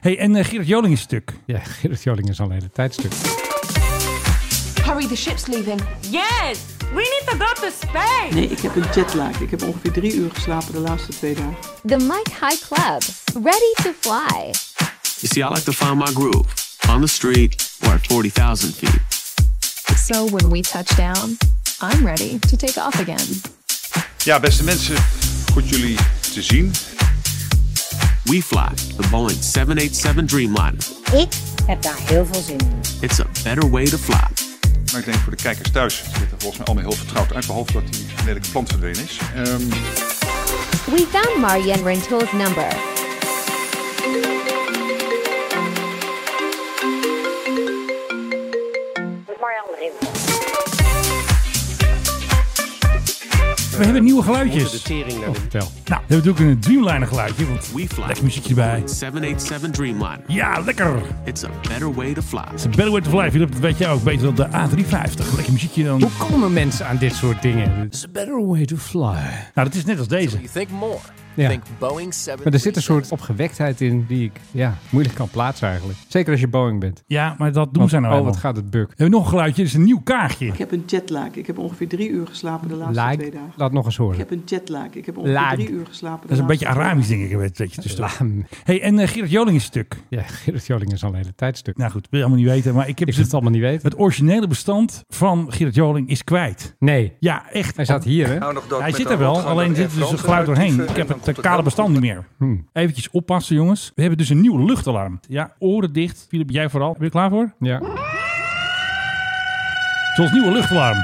hey, en eh, Gerard Joling is stuk. Ja, Gerrit Joling is al een hele tijd stuk. Hurry, the ship's leaving. Yes, we need to go to Spain. Nee, ik heb een jetlag. Ik heb ongeveer drie uur geslapen de laatste twee dagen. The Mike High Club, ready to fly. You see, I like to find my groove on the street or at 40,000 feet. So when we touch down, I'm ready to take off again. Ja, beste mensen, goed jullie te zien. We fly the Boeing 787 Dreamliner. Ik heb daar heel veel zin in. It's a better way to fly. Maar ik denk voor de kijkers thuis, het zit er volgens mij allemaal heel vertrouwd uit, behalve dat die lelijke plant verdwenen is. Ehm, We found Marianne Rintoul's number. Met Marjan erin. We Eh, hebben nieuwe Moeten de geluidjes. tering naar Oh, de... vertel. Nou, we hebben ook een Dreamliner geluidje. Want We fly lekker muziekje erbij. Boeing 787 Dreamliner. Ja, lekker. It's a better way to fly. It's a better way to fly. Philip, dat weet jij ook beter dan de A350. Lekker muziekje dan. Hoe komen mensen aan dit soort dingen? It's a better way to fly. Nou, dat is net als deze. You think more. Ja. Think Boeing 7... Maar er zit een soort opgewektheid in die ik ja, moeilijk kan plaatsen eigenlijk. Zeker als je Boeing bent. Ja, maar dat doen Want, zij nou oh, helemaal. wat gaat het buk. Hebben we nog een geluidje? Dat is een nieuw kaartje. Ik heb een jetlag. Ik heb ongeveer drie uur geslapen de laatste twee Like, dagen. laat nog eens Ik horen. heb een jetlag. Ik heb ongeveer Laag. drie uur geslapen. Dat is een beetje Arabisch, denk ik. Een beetje tussen. Laam. hey, en eh, Gerard Joling is stuk. Ja, Gerrit Joling is al een hele tijd stuk. Nou goed, wil je allemaal niet weten. Maar ik heb Ik wil dus het allemaal niet weten. het originele bestand van Gerard Joling is kwijt. Nee, Ja, echt. hij staat hier hè. nou nog dat Hij met zit de er wel, rotgang alleen dat zit Air er dus een France geluid doorheen. Ik uitdieven en heb dan het komt eh, kale bestand niet meer. Hmm. Eventjes oppassen, jongens. We hebben dus een nieuw luchtalarm. Ja, oren dicht. Filip, jij vooral. Ben je er klaar voor? Ja. Het is ons nieuwe luchtalarm.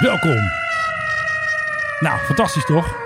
Welkom. Nou, fantastisch toch?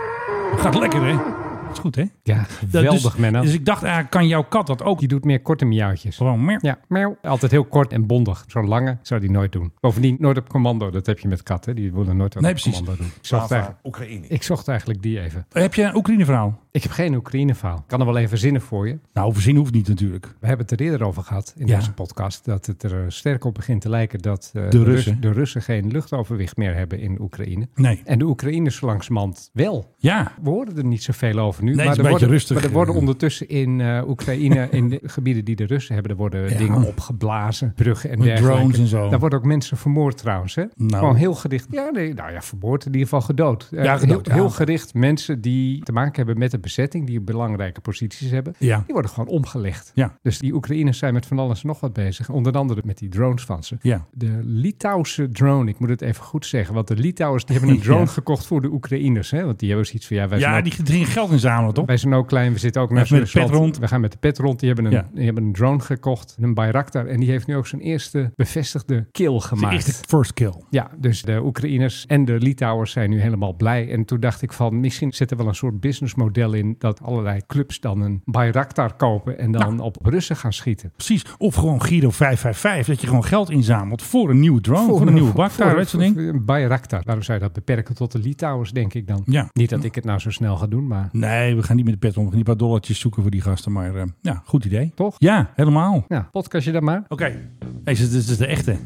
Gaat lekker, hè? Dat is goed, hè? ja, Dat- geweldig dus, Menno. Dus ik dacht eigenlijk, kan jouw kat dat ook? Die doet meer korte miauwtjes. Gewoon meer. Ja, miauw. altijd heel kort en bondig. Zo'n lange zou die nooit doen. Bovendien nooit op commando. Dat heb je met katten. Die willen nooit Nee, op precies. commando doen. Ik zocht, eigenlijk, Oekraïne. ik zocht eigenlijk die even. Heb je een Oekraïne-verhaal? Ik heb geen Oekraïne-verhaal. Ik kan er wel even zinnen voor je. Nou, voorzien hoeft niet natuurlijk. We hebben het er eerder over gehad in Ja. deze podcast. Dat het er eh, sterk op begint te lijken dat eh, De Rus- Russen. de Russen geen luchtoverwicht meer hebben in Oekraïne. Nee. En de Oekraïners zo langzamerhand wel. Ja. We horen er niet zoveel over nu. het is maar, een er beetje worden, rustig. eh. maar er worden ondertussen in eh, Oekraïne, in de gebieden die de Russen hebben, er worden Ja. dingen opgeblazen. Bruggen en Met dergelijke. drones en zo. Daar worden ook mensen vermoord trouwens. Hè? Nou. Gewoon heel gericht. Ja, nee, nou ja, vermoord in ieder geval gedood. Eh, Ja, gedood, heel, heel ja. gericht mensen die te maken hebben met de bezetting, die belangrijke posities hebben. Ja. Die worden gewoon omgelegd. Ja. Dus die Oekraïners zijn met van alles en nog wat bezig. Onder andere met die drones van ze. Ja. De Litouwse drone, ik moet het even goed zeggen. Want de Litouwers die hebben een drone Ja. gekocht voor de Oekraïners. Hè? Want die hebben zoiets van, ja, wij, zijn Ja, ook, die gingen geld inzamelen, toch? wij zijn ook klein. We zitten ook naar met de Rusland. pet rond. We gaan met de pet rond. Die hebben een, Ja. die hebben een drone gekocht, een Bayraktar. En die heeft nu ook zijn eerste bevestigde kill Maar... gemaakt. Echt de first kill. Ja, dus de Oekraïners en de Litouwers zijn nu helemaal blij. En toen dacht ik van, misschien zit er wel een soort businessmodel in... dat allerlei clubs dan een Bayraktar kopen en dan op Russen gaan schieten. Precies. Of gewoon Giro 555. Dat je gewoon geld inzamelt voor een nieuwe drone. Voor, Oh, een nieuwe bak. Voor, voor- weet je dat ding? voor een Bayraktar. Waarom zou je dat beperken tot de Litouwers, denk ik dan? Ja. Niet dat ik het nou zo snel ga doen, maar... Nee, we gaan niet met de pet om. We gaan niet een paar dollartjes zoeken voor die gasten. Maar eh, ja, goed idee. Toch? Ja, helemaal. Oké. Ja, podcastje dan maar. Hey, dit is- dit is de echte.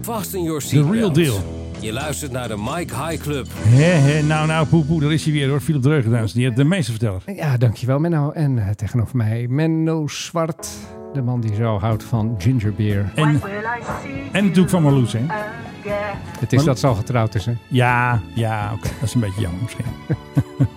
Vast in your The real seatbelt. deal. Je luistert naar de Mike High Club. Hé, hé, nou, nou, poe, poe, daar is hij weer hoor. Philip Dreugen, dames en heren, de meesterverteller. Ja, dankjewel Menno. En eh, tegenover mij Menno Zwart. De man die zo houdt van gingerbeer. En, en natuurlijk van Marloes, hè? Het is dat ze al getrouwd is, hè? Ja, ja, oké. Dat is een beetje jammer misschien.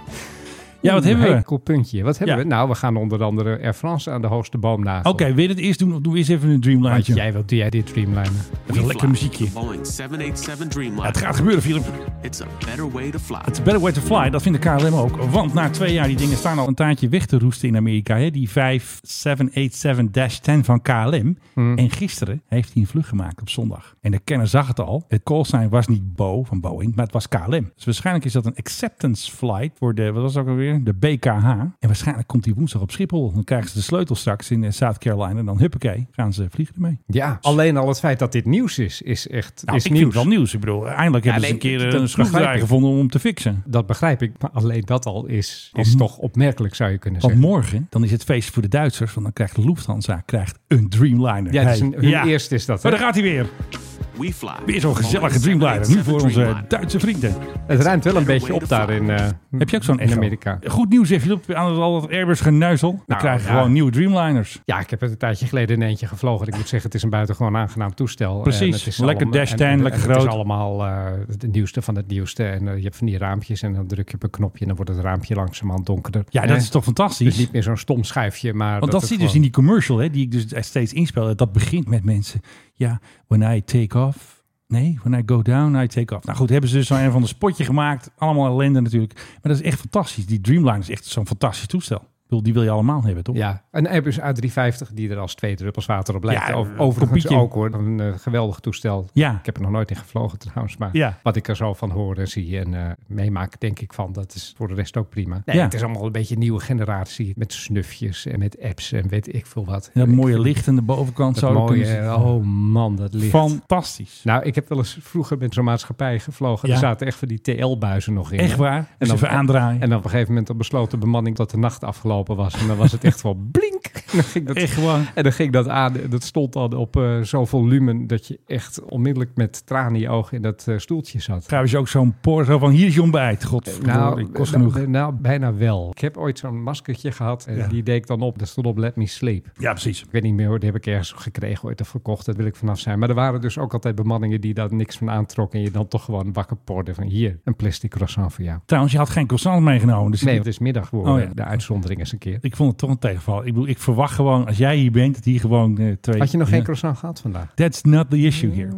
ja, wat hebben we? Een cool puntje. Wat hebben Ja. we? Nou, we gaan onder andere Air France aan de hoogste boom nagelen. Oké, wil je het eerst doen of doe eerst even een Want dreamlijntje? jij, wat doe jij dit Dreamliner? Even een We lekker fly muziekje. the Boeing 787 Ja, Dreamliner. het gaat gebeuren, Philip. It's a better way to fly. Het is better way to fly, dat vindt de KLM ook. Want na twee jaar, die dingen staan al een taartje weg te roesten in Amerika. Hè? Die 5787-10 van KLM. Hmm. En gisteren heeft hij een vlucht gemaakt op zondag. En de kenner zag het al. Het callsign was niet Bo van Boeing, maar het was KLM. Dus waarschijnlijk is dat een acceptance flight voor de, wat was dat ook alweer? De BKH. En waarschijnlijk komt die woensdag op Schiphol. Dan krijgen ze de sleutel straks in eh, South Carolina. En dan huppakee, gaan ze vliegen ermee. Ja, alleen al het feit dat dit nieuws is, is echt Nou, is ik nieuws. vind het wel nieuws. Ik bedoel, eindelijk hebben ze een nee, keer eh, dat- een dat begrijp schroefdraaier ik. gevonden om hem te fixen. Dat begrijp ik, maar alleen dat al is, is Om- toch opmerkelijk, zou je kunnen Want zeggen. morgen, dan is het feest voor de Duitsers. Want dan krijgt Lufthansa krijgt een Dreamliner. Ja, het is Hey. een, hun Ja. eerste is dat. Maar Hè? daar gaat hij weer. We fly. Weer zo'n gezellige Dreamglider. Nu voor onze Duitse vrienden. Het ruimt wel een beetje op daar in, eh, Hm. Heb je ook zo'n Hm. in echo? Amerika. Goed nieuws, zeg je aan het al dat Airbus geneuzel. Dan Nou, krijg je ja. gewoon nieuwe Dreamliners. Ja, ik heb het een tijdje geleden in eentje gevlogen. En Ik moet zeggen, het is een buitengewoon aangenaam toestel. Eh, Precies. En het is Lekker allemaal- dash 10, en- en lekker Het groot. is allemaal eh, het nieuwste van het nieuwste. En eh, je hebt van die raampjes en dan druk je op een knopje en dan wordt het raampje langzamerhand donkerder. Ja, Eh, dat is toch Dus fantastisch? niet meer zo'n stom schuifje, maar... Want dat het zie je dus in gewoon- die commercial, hè, die ik dus steeds inspel. Dat begint met mensen. Ja, when I take off. Nee, when I go down, I take off. Nou goed, hebben ze dus zo'n een van de spotje gemaakt. Allemaal ellende natuurlijk. Maar dat is echt fantastisch. Die Dreamliner is echt zo'n fantastisch toestel. Ik bedoel, die wil je allemaal hebben, toch? Ja, een Airbus A350 die er als twee druppels water op lijkt. Ja, Over- een Overigens kopietje. ook hoor, een eh, geweldig toestel. Ja. Ik heb er nog nooit in gevlogen trouwens, maar Ja. wat ik er zo van hoor en zie en eh, meemaak, denk ik van, dat is voor de rest ook prima. Nee, Ja. Het is allemaal een beetje een nieuwe generatie met snufjes en met apps en weet ik veel wat. En dat Ik mooie vind licht aan de bovenkant. Dat zo, dan kunnen mooie, ze- oh man, dat licht. Fantastisch. Nou, ik heb wel eens vroeger met zo'n maatschappij gevlogen. Ja. Er zaten echt van die TL-buizen nog in. Echt waar? En dan- even aandraaien. En dan op een gegeven moment dan besloot de bemanning dat de nacht afgelopen was. En dan was het echt wel blink. En dan ging dat, Echt waar. en dan ging dat aan. En Dat stond dan op eh zoveel lumen dat je echt onmiddellijk met tranen in je ogen in dat eh, stoeltje zat. Trouwens ook zo'n por, zo van hier is je ontbijt. Godverdorie, kost nou, genoeg. nou, bijna wel. Ik heb ooit zo'n maskertje gehad. En Ja. die deed ik dan op. Daar stond op Let Me Sleep. Ja, precies. Ik weet niet meer hoor, die heb ik ergens gekregen ooit of verkocht. Dat wil ik vanaf zijn. Maar er waren dus ook altijd bemanningen die daar niks van aantrokken. En je dan toch gewoon wakker porden van hier, een plastic croissant voor jou. Trouwens, je had geen croissant meegenomen. Dus Nee, ik, het is middag geworden. Oh ja. De uitzondering is een keer. ik vond het toch een tegenval. Ik, bedoel, ik verwacht gewoon, als jij hier bent, dat hier gewoon eh, twee... Had je Ja. nog geen Mm, croissant gehad vandaag? That's not the issue here.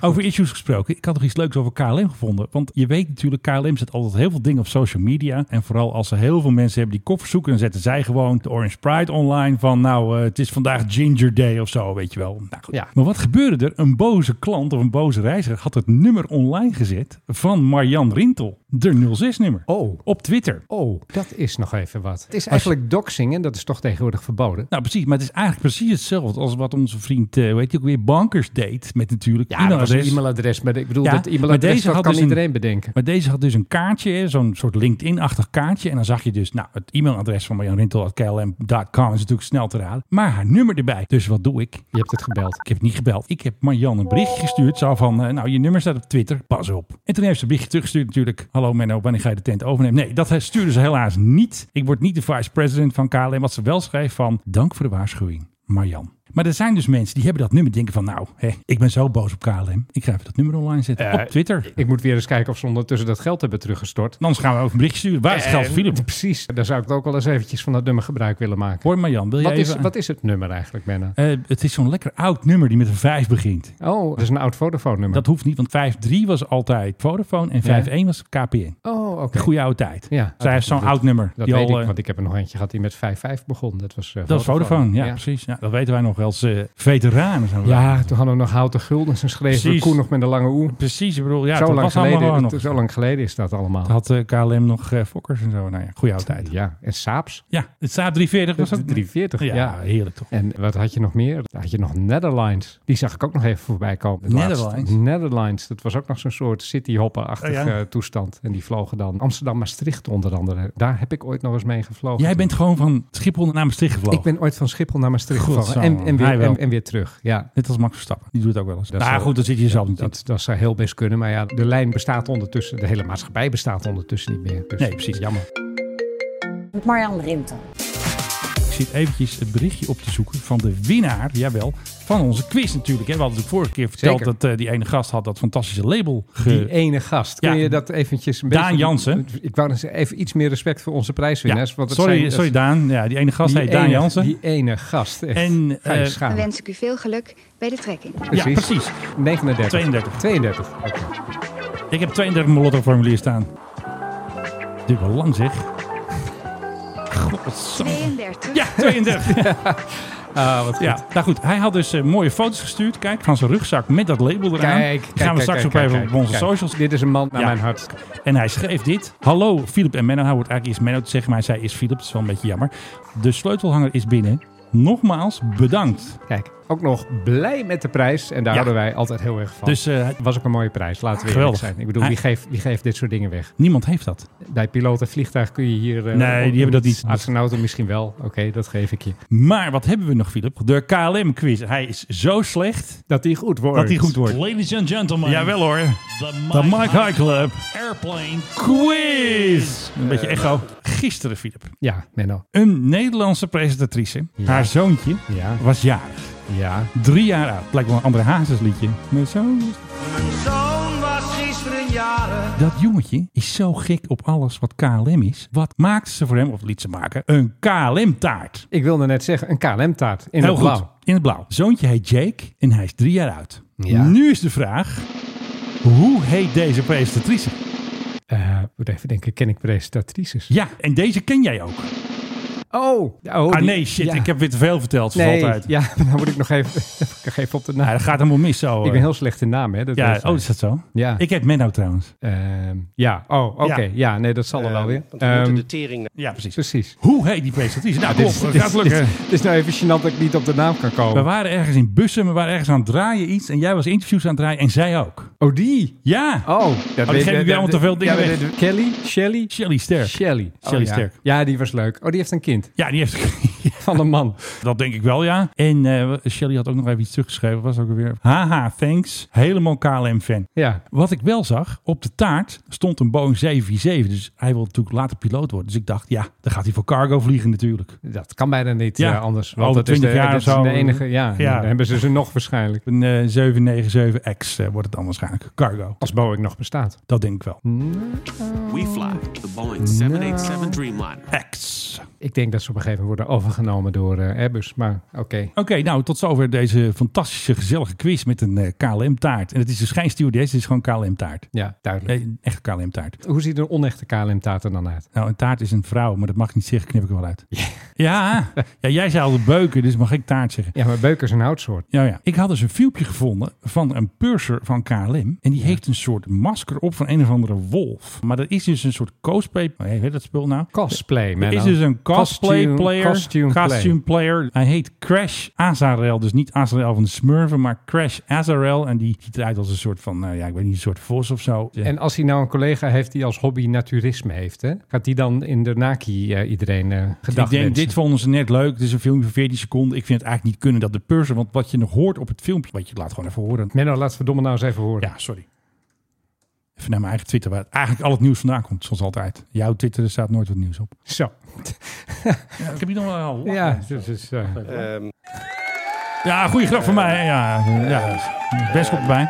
Over issues gesproken, ik had nog iets leuks over KLM gevonden. Want je weet natuurlijk, KLM zet altijd heel veel dingen op social media. En vooral als ze heel veel mensen hebben die koffers zoeken, dan zetten zij gewoon de Orange Pride online van nou, eh, het is vandaag Ginger Day of zo, weet je wel. Nou, goed. Ja. Maar wat gebeurde er? Een boze klant of een boze reiziger had het nummer online gezet van Marian Rintel, de 06-nummer. Oh. Op Twitter. Oh, dat is nog even wat. Het is eigenlijk doxing en dat is toch tegenwoordig verboden. Nou, precies. Maar het is eigenlijk precies hetzelfde als wat onze vriend, eh, hoe heet je ook weer, Bankers deed. Met natuurlijk een e-mailadres. e-mailadres. Maar ik bedoel, Ja, dat maar e-mailadres deze dat had kan dus een- iedereen bedenken. Maar deze had dus een kaartje, hè, zo'n soort LinkedIn-achtig kaartje. En dan zag je dus, nou, het e-mailadres van Marjan Rintel at klm.com is natuurlijk snel te raden. Maar haar nummer erbij. Dus wat doe ik? Je hebt het gebeld. Ik heb niet gebeld. Ik heb Marjan een berichtje gestuurd. Zo van, eh, nou, je nummer staat op Twitter. Pas op. En toen heeft ze een berichtje teruggestuurd natuurlijk. Hallo Menno, wanneer ga je de tent overnemen? Nee, dat stuurde ze helaas niet. Ik word niet de vice president van KLM. Wat ze wel schreef van, dank voor de waarschuwing, Marjan. Maar er zijn dus mensen die hebben dat nummer denken van... nou, hè, ik ben zo boos op KLM. Ik ga even dat nummer online zetten Eh, op Twitter. Ik moet weer eens kijken of ze ondertussen dat geld hebben teruggestort. En anders gaan we over een berichtje sturen. Waar is het geld Eh, van Philip? Precies. Daar zou ik ook wel eens eventjes van dat nummer gebruik willen maken. Hoor maar Jan, wil je Wat is, even... wat is het nummer eigenlijk, Menno? Eh, het is zo'n lekker oud nummer die met een 5 begint. Oh, dat is een oud Vodafone-nummer. Dat hoeft niet, want 5-3 was altijd Vodafone en 5-1 was KPN. Oh, oké. De goede oude tijd. Ja. Zij heeft zo'n Dat- oud nummer. Dat die weet al, ik, eh, want ik heb er nog eentje gehad die met 5-5 begon. Dat was eh, dat is Vodafone, ja, precies. Ja, dat weten wij nog wel als eh, veteranen. Zijn we Ja, toen hadden we nog houten guldens en schreven we Precies. Koen nog met een lange oe. Precies, ik bedoel, ja, zo, dat lang was allemaal geleden, gewoon nog. zo lang geleden is dat allemaal. Had eh, KLM nog eh, fokkers en zo. Nou ja, goede oude tijd. Ja, en Saaps. Ja, het staat 340 was dat? 340, Ja, ja. heerlijk toch? En wat had je nog meer? Dan Had je nog Netherlands. Die zag ik ook nog even voorbij komen. Het laatste. Netherlands? Netherlands. Dat was ook nog zo'n soort cityhopper-achtige Oh ja. eh, toestand. En die vlogen dan Amsterdam-Maastricht onder andere. Daar heb ik ooit nog eens mee gevlogen. Jij bent gewoon van Schiphol naar Maastricht gevlogen. Ik ben ooit van Schiphol naar Maastricht Goed gevlogen. zo, En, man. en, weer, Hij wel. en, en weer terug. Ja, Net als Max Verstappen. Die doet het ook wel eens. Dat Nou zou- goed, dan zit je zelf niet in. dat, dat zou heel best kunnen. Maar ja, de lijn bestaat ondertussen. De hele maatschappij bestaat ondertussen niet meer. Dus Nee, precies. Jammer. Marjan Rintel. Ik zit eventjes het berichtje op te zoeken van de winnaar, jawel, van onze quiz natuurlijk. Hè. We hadden de vorige keer verteld Zeker. dat eh, die ene gast had dat fantastische label ge... Die ene gast. Kun Ja. je dat eventjes een Daan beetje... Jansen. Ik wou eens even iets meer respect voor onze Ja, prijswinnaars. want het sorry, zijn- sorry Daan. Ja, die ene gast die heet Daan ene- Jansen. Die ene gast. Echt. En, Ga je eh, We schamen. wensen u veel geluk bij de trekking. Ja, precies. 39. 32. 32. Ik heb 32 Molotov-formulier staan. Dit wel lang zeg. Godsamme. 32. Ja, 32. Ah, wat goed. ja, nou goed. Hij had dus eh, mooie foto's gestuurd. Kijk, van zijn rugzak met dat label eraan. Kijk, kijk, Gaan kijk, we straks kijk, ook kijk, even kijk, op onze kijk. socials Dit is een man naar Ja. mijn hart. En hij schreef dit. Hallo, Philip en Menno. Hij wordt eigenlijk eerst Menno te zeggen, maar hij zei eerst Philip. Dat is wel een beetje jammer. De sleutelhanger is binnen. Nogmaals bedankt. Kijk, Ook nog blij met de prijs. En daar Ja. houden wij altijd heel erg van. Dus eh, was ook een mooie prijs, laten we eerlijk Geweldig. zijn. Ik bedoel, wie Hij- geeft, wie geeft dit soort dingen weg? niemand heeft dat. Bij piloten vliegtuig kun je hier... eh, Nee, die hebben dat niet. Astronauten misschien wel. Oké, dat geef ik je. Maar wat hebben we nog, Philip? De KLM-quiz. Hij is zo slecht Dat die goed wordt. dat hij goed wordt. Ladies and gentlemen, Jawel hoor. De Mike Mike High Club airplane Quiz. Een beetje echo. Gisteren, Philip. Ja, Menno. Een Nederlandse presentatrice. Ja. Haar zoontje Ja, was jarig. ja. Drie jaar oud. Blijkt wel een andere Hazesliedje. Maar zo... Dat jongetje is zo gek op alles wat KLM is. Wat maakte ze voor hem, of liet ze maken, een KLM-taart. Ik wilde net zeggen, een KLM-taart in Heel het goed. blauw. In het blauw. Zoontje heet Jake en hij is drie jaar oud. Ja. Nu is de vraag, hoe heet deze presentatrice? Eh, moet even denken, ken ik presentatrices? Ja, en deze ken jij ook. Oh! oh, ah die- nee, shit, ja. ik heb weer te veel verteld. zoals Nee, altijd. ja, dan moet ik nog even, ik nog even op de Ja, naam. dat gaat helemaal mis zo. Ik ben eh. heel slecht in namen, hè? Dat ja, weet je. oh, is dat zo? Ja. Ik heet Menno trouwens. Ehm, ja, oh, oké. Ja. Ja. nee, dat zal er wel weer. Ehm, Ja, precies. precies. Hoe heet die presentatrice? Nou, Dit kom, is- dat dit gaat is- lukken. dit is- Het is nou even gênant dat ik niet op de naam kan We komen. waren ergens in bussen, we waren ergens aan het draaien iets. En jij was interviews aan het draaien en zij ook. Oh, die. Ja, Oh, dat geef ik weer allemaal te veel dingen ja, weg. dat- Kelly? Shelly? Shelly Sterk. Shelly. Oh, Shelly ja. Sterk. Ja, die was leuk. Oh, die heeft een kind Ja, die heeft... van een man. dat denk ik wel, ja. En eh Shelly had ook nog even iets teruggeschreven. Was ook alweer... Haha, thanks. Helemaal KLM-fan. Ja. Wat ik wel zag, op de taart stond een Boeing 747. Dus hij wil natuurlijk later piloot worden. Dus ik dacht, ja, dan gaat hij voor cargo vliegen natuurlijk. Dat kan bijna niet Ja. eh, anders. Over dat is 20 de, jaar dat of is zo. de enige. Ja, Ja. dan hebben ze ze nog waarschijnlijk. Een eh, 797X eh, wordt het dan waarschijnlijk. Cargo. Als Boeing nog bestaat. Dat denk ik wel. Hm. We fly the Boeing 787 Dreamliner. X. Ik denk dat ze op een gegeven moment worden overgenomen door eh, Airbus. Maar oké. Oké, nou tot zover deze fantastische gezellige quiz met een eh, KLM-taart. En het is dus geen stewardess, het is gewoon KLM-taart. Ja, duidelijk. Nee, een echte KLM-taart. Hoe ziet een onechte KLM-taart er dan uit? Nou, een taart is een vrouw, maar dat mag ik niet zeggen, knip ik er wel uit. Ja, ja jij zei al de beuken, dus mag ik taart zeggen. Ja, maar beuken is een houtsoort. Ja, ja. Ik had dus een filmpje gevonden van een purser van KLM. En die heeft een soort masker op van een of andere wolf. Maar dat is dus een soort cosplay. Hoe heet dat spul nou? Cosplay, man. Er is dus een cosplay Costume- player. costume play. player. Hij heet Crash Azarel. Dus niet Azarel van de Smurfen, maar Crash Azarel. En die ziet eruit als een soort van, nou ja, ik weet niet, een soort vos of zo. En als hij nou een collega heeft die als hobby naturisme heeft, hè, gaat die dan in de Naki eh, iedereen eh ik gedacht denk, dit vonden ze net leuk. Het is een filmpje van 14 seconden. Ik vind het eigenlijk niet kunnen dat de purser, want wat je nog hoort op het filmpje, wat je laat gewoon even horen. Menno, laat verdomme nou eens even horen. Ja, sorry. Even naar mijn eigen Twitter, waar eigenlijk al het nieuws vandaan komt, zoals altijd. Jouw Twitter, er staat nooit wat nieuws op. Zo. ik heb hier nog wel... Ja, dus, is eh, Ja, goede grap van mij. hè? Ja, ja best goed bij.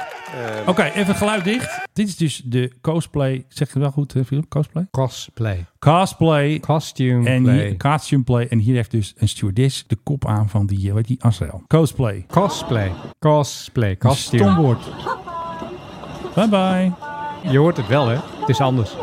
Ehm. Oké, even geluid dicht. Dit is dus de cosplay. Zeg je het wel goed, hè, Philip? Cosplay? cosplay. Cosplay. Costume En play. hier, costume play. En hier heeft dus een stewardess de kop aan van die, weet die, Azrael. Cosplay. Cosplay. Cosplay. Een Costume. Stom woord. Bye bye. Je hoort het wel, hè? Het is anders.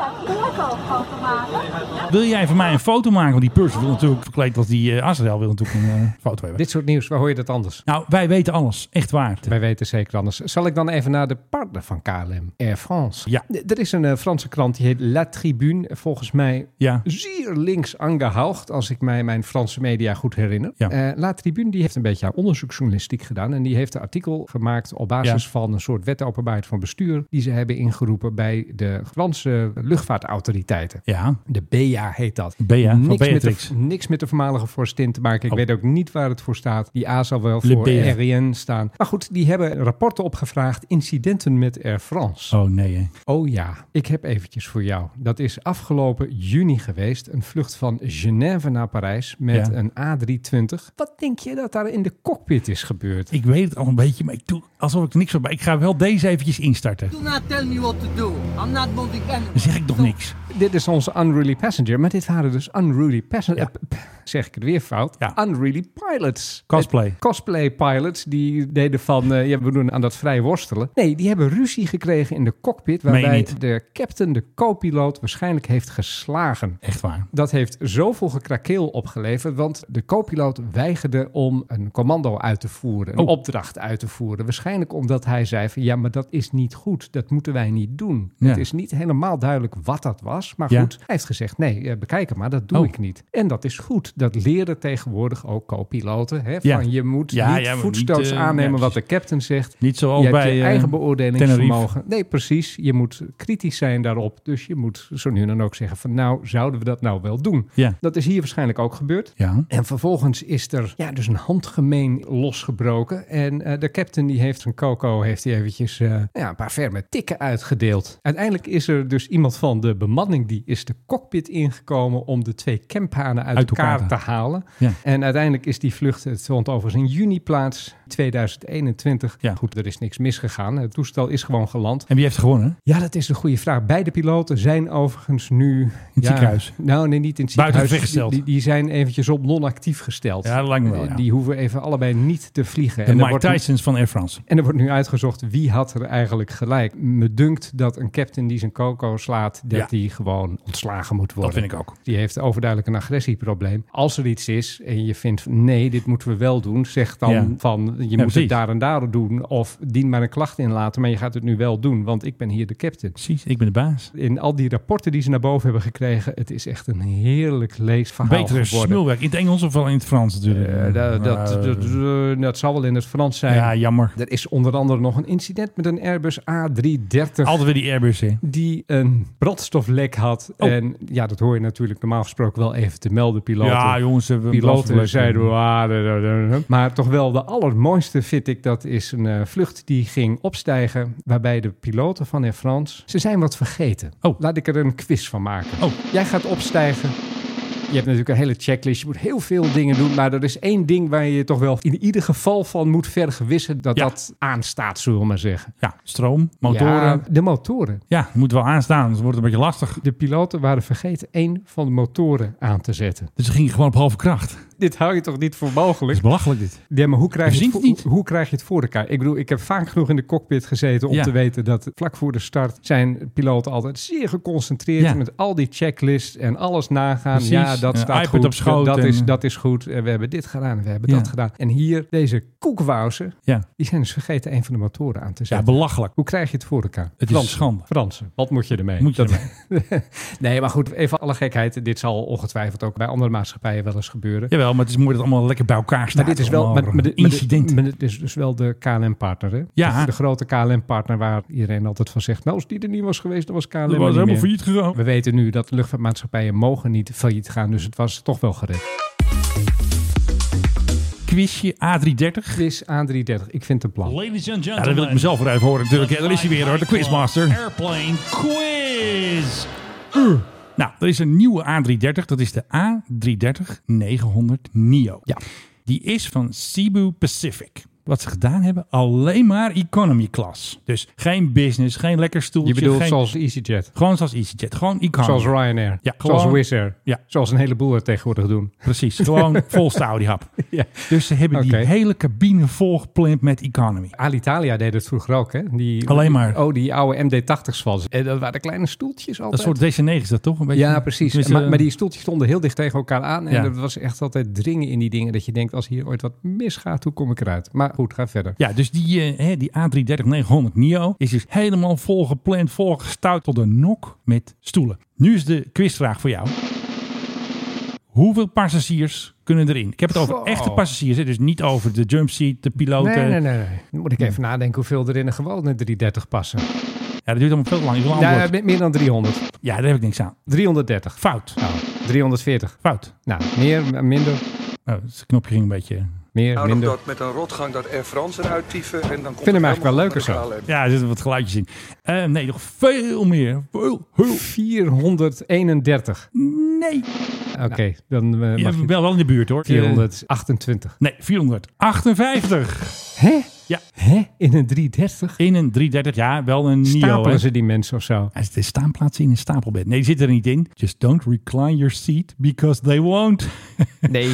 Wil jij van mij een foto maken? Want die person wil natuurlijk verkleed als die eh Azrael wil natuurlijk een eh, foto hebben. Dit soort nieuws, waar hoor je dat anders? Nou, wij weten alles. Echt waar. Wij weten zeker anders. Zal ik dan even naar de partner van KLM, Air France? Ja. D- Er is een eh, Franse krant die heet La Tribune. Volgens mij Ja. zeer links aangehaald, als ik mij mijn Franse media goed herinner. Ja. Eh, La Tribune die heeft een beetje aan onderzoeksjournalistiek gedaan. En die heeft een artikel gemaakt op basis Ja. van een soort wet openbaarheid van bestuur. Die ze hebben ingeroepen bij de Franse luchtvaartautoriteiten. Ja. De BEA heet dat. BEA, van niks met, de, Beatrix. niks met de voormalige vorstin te maken. Ik Oh. weet ook niet waar het voor staat. Die A zal wel Le voor BEA. RIN staan. Maar goed, die hebben rapporten opgevraagd. Incidenten met Air France. Oh nee. hè. Oh ja, ik heb eventjes voor jou. Dat is afgelopen juni geweest. Een vlucht van Genève naar Parijs met Ja. een A320. Wat denk je dat daar in de cockpit is gebeurd? Ik weet het al een beetje, maar ik doe alsof ik er niks van bij. Ik ga wel deze eventjes instarten. Dan zeg ik nog niks. Dit is onze unruly passenger, maar dit waren dus unruly passenger. Ja. eh, p- p- Zeg ik het weer fout? Ja. Unruly pilots. Cosplay. Het- cosplay pilots die deden van, eh, ja, we doen aan dat vrij worstelen. Nee, die hebben ruzie gekregen in de cockpit, Meen je waarbij niet? de captain, de co-piloot, waarschijnlijk heeft geslagen. Echt waar. Dat heeft zoveel gekrakeel opgeleverd, want de co-piloot weigerde om een commando uit te voeren, een Oh. opdracht uit te voeren. Waarschijnlijk omdat hij zei van ja, maar dat is niet goed, dat moeten wij niet doen. Ja. Het is niet helemaal duidelijk wat dat was. was. Maar Ja. goed, hij heeft gezegd, nee, eh, bekijk het maar, dat doe Oh. ik niet. En dat is goed. Dat leren tegenwoordig ook co-piloten. Hè? Ja. Van, je moet Ja, niet jij moet niet, voetstoots eh, aannemen ja, wat de captain zegt. Niet zoals je hebt bij, je eh, eigen beoordelingsvermogen. Tenerife. Nee, precies. Je moet kritisch zijn daarop. Dus je moet zo nu en dan ook zeggen van nou, zouden we dat nou wel doen? Ja. Dat is hier waarschijnlijk ook gebeurd. Ja. En vervolgens is er ja, dus een handgemeen losgebroken. En eh, de captain die heeft zijn coco heeft die eventjes eh, ja, een paar ferme tikken uitgedeeld. Uiteindelijk is er dus iemand van de bemanning die is de cockpit ingekomen om de twee camphanen uit, Uit elkaar, elkaar. te halen. Ja. En uiteindelijk is die vlucht, het vond overigens in juni plaats, 2021. Ja. Goed, er is niks misgegaan. Het toestel is gewoon geland. En wie heeft gewonnen? Ja, dat is een goede vraag. Beide piloten zijn overigens nu... In het ziekenhuis? Nou, nee, niet in het Buiten ziekenhuis. gevecht gesteld. Die, die zijn eventjes op non-actief gesteld. Eh, Ja, dat lijkt me wel, ja. Die hoeven even allebei niet te vliegen. De er Mike wordt nu- Tysons van Air France. en er wordt nu uitgezocht wie had er eigenlijk gelijk. Me dunkt dat een captain die zijn coco slaat, dat Ja. die gewoon ontslagen moet worden. Dat vind ik ook. Die heeft overduidelijk een agressieprobleem. Als er iets is en je vindt van, nee, dit moeten we wel doen, zeg dan Ja. van je moet precies. het daar en daar doen of dien maar een klacht in laten, maar je gaat het nu wel doen, want ik ben hier de captain. Precies, ik ben de baas. In al die rapporten die ze naar boven hebben gekregen, het is echt een heerlijk leesverhaal Betere geworden. smulwerk. In het Engels of wel in het Frans natuurlijk? Eh, dat, dat, Eh, dat, eh, dat zal wel in het Frans zijn. ja, jammer. Er is onder andere nog een incident met een Airbus A330. Altijd weer die Airbus, hè? die een brandstoflek had. Oh. En ja, dat hoor je natuurlijk normaal gesproken wel even te melden, piloten. Ja, jongens. we hebben Piloten belasting. zeiden, ah, "Wa, da, da, da, da." maar toch wel de allermooiste vind ik dat is een eh, vlucht die ging opstijgen, waarbij de piloten van Air France, ze zijn wat vergeten. Oh. Laat ik er een quiz van maken. Oh. Jij gaat opstijgen. Je hebt natuurlijk een hele checklist. Je moet heel veel dingen doen. Maar er is één ding waar je toch wel in ieder geval van moet vergewissen. Dat Ja. dat aanstaat, zullen we maar zeggen. Ja, stroom, motoren. Ja, Ja, de motoren. moet wel aanstaan, anders wordt het een beetje lastig. De piloten waren vergeten één van de motoren aan te zetten. Dus ze gingen gewoon op halve kracht. Dat Dit hou je toch niet voor is mogelijk? belachelijk dit. Ja, maar hoe krijg, We je het zien voor, het niet. hoe krijg je het voor elkaar? Ik bedoel, ik heb vaak genoeg in de cockpit gezeten om Ja. te weten dat vlak voor de start zijn piloten altijd zeer geconcentreerd Ja. met al die checklists en alles nagaan. Precies. Ja, dat Een staat iPad goed. op schoot dat, en- is, dat is goed. En we hebben dit gedaan en we hebben Ja. dat gedaan. En hier, deze koekwauzen, Ja, die zijn dus vergeten een van de motoren aan te ja zetten. belachelijk. hoe krijg je het voor elkaar? Het is Fransen. schande. Fransen, wat moet je ermee? Moet je Dat- nee, maar goed, even alle gekheid. Dit zal ongetwijfeld ook bij andere maatschappijen wel eens gebeuren. Jawel, maar het is mooi dat het allemaal lekker bij elkaar staat. Maar dit is wel maar, Allemaal maar, dit- maar dit- incident. maar dit is dus wel de KLM-partner, hè? Ja. De, de grote KLM-partner waar iedereen altijd van zegt... nou, als die er niet was geweest, dan was KLM er Dat niet was helemaal meer. failliet gegaan. We weten nu dat luchtvaartmaatschappijen mogen niet failliet gaan... dus het was toch wel gered. Quizje A330. Quiz A330, ik vind het een plan. Ladies and Ja, daar wil ik gentlemen, mezelf voor even horen natuurlijk. Ja, daar is hij weer hoor, de quizmaster. airplane quiz. Nou, er is een nieuwe A330. Dat is de A330-900 NIO. Ja. Die is van Cebu Pacific. Wat ze gedaan hebben, alleen maar economy class. Dus geen business, geen lekker stoeltje. Je bedoelt geen- zoals EasyJet, Gewoon zoals EasyJet, gewoon economy. zoals Ryanair, Ja, zoals gewoon- Wizz Air... Ja. zoals een heleboel er tegenwoordig doen. Precies, gewoon volste Audi hap. Ja. Dus ze hebben Oké. die hele cabine volgepland met economy. Alitalia deed het vroeger ook, hè? Die, Alleen maar. Oh, die oude MD-80's van ze. En Eh, dat waren kleine stoeltjes altijd. Dat soort DC-9 is dat toch? Een beetje, Dus, eh, Ja, precies. Tenminste, maar, maar die stoeltjes stonden heel dicht tegen elkaar aan. En Ja. dat was echt altijd dringen in die dingen. Dat je denkt, als hier ooit wat misgaat, hoe kom ik eruit? Maar goed, ga verder. Ja, dus die, eh, hè, die A330-900 NIO is dus helemaal volgepland, volgestout tot een nok met stoelen. Nu is de quizvraag voor jou. Hoeveel passagiers kunnen erin? Ik heb het over Goh. echte passagiers, hè, dus niet over de jumpseat, de piloten. Nee, nee, nee, nee. Dan moet ik even nadenken hoeveel er in een gewone 330 passen. Ja, dat duurt allemaal veel te lang. Ik wil een Ja, antwoord. me- meer dan 300. Ja, daar heb ik niks aan. 330. Fout. Nou, 340. Fout. Nou, meer, m- minder, Nou, het knopje ging een beetje... meer, Nou, minder. met een rotgang dat Air France eruit tieven. En dan komt hem eigenlijk wel leuker zo. Ja, er zitten wat geluidjes in. Eh, nee, nog veel meer. Veel, heel. 431. Nee. Oké, dan eh, Je mag je... bent wel in de buurt hoor. Eh, 428. Nee, 458. Hè? Ja. Hè? In een 330? In een 330, ja, wel een NIO. hè. Stapelen ze die mensen of zo? Er zitten staanplaatsen in een stapelbed. Nee, die zit er niet in. Just don't recline your seat because they won't. Nee.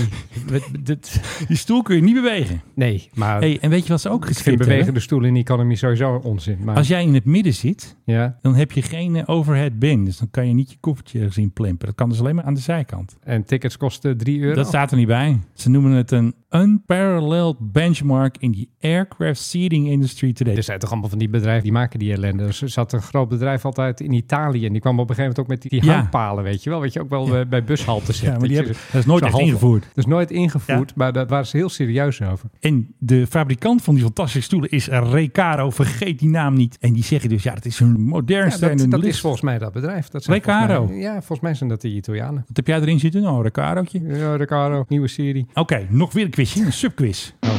Die stoel kun je niet bewegen. Nee, maar... Hey, en weet je wat ze ook Ik vind geschikt hebben? bewegende stoelen in de economie sowieso onzin. Maar Als jij in het midden zit, ja, dan heb je geen eh, overhead bin. Dus dan kan je niet je koffertje ergens in plimpen. Dat kan dus alleen maar aan de zijkant. en tickets kosten 3 euro. Dat staat er niet bij. Ze noemen het een unparalleled benchmark in the aircraft aircraft seating industry today. Dus, Er zijn toch allemaal van die bedrijven die maken die ellende. Dus er zat een groot bedrijf altijd in Italië. En die kwam op een gegeven moment ook met die, die Ja. hangpalen, weet je wel. Wat je ook wel eh, bij bushaltes hebt. Ja, maar weet die je. hebben- dat is nooit Zo'n echt halve- ingevoerd. Dat is nooit ingevoerd, maar daar waren ze heel serieus over. En de fabrikant van die fantastische stoelen is Recaro. Vergeet die naam niet. En die zeggen dus, ja, dat is hun modernste en Ja, dat hun dat liefst. is volgens mij dat bedrijf. Dat zijn volgens Recaro. mij- ja, volgens mij zijn dat de Italianen. Wat heb jij erin zitten? Oh, Recarootje. Ja, Recaro, nieuwe serie. Oké, nog weer een quizje. Een subquiz. Oh.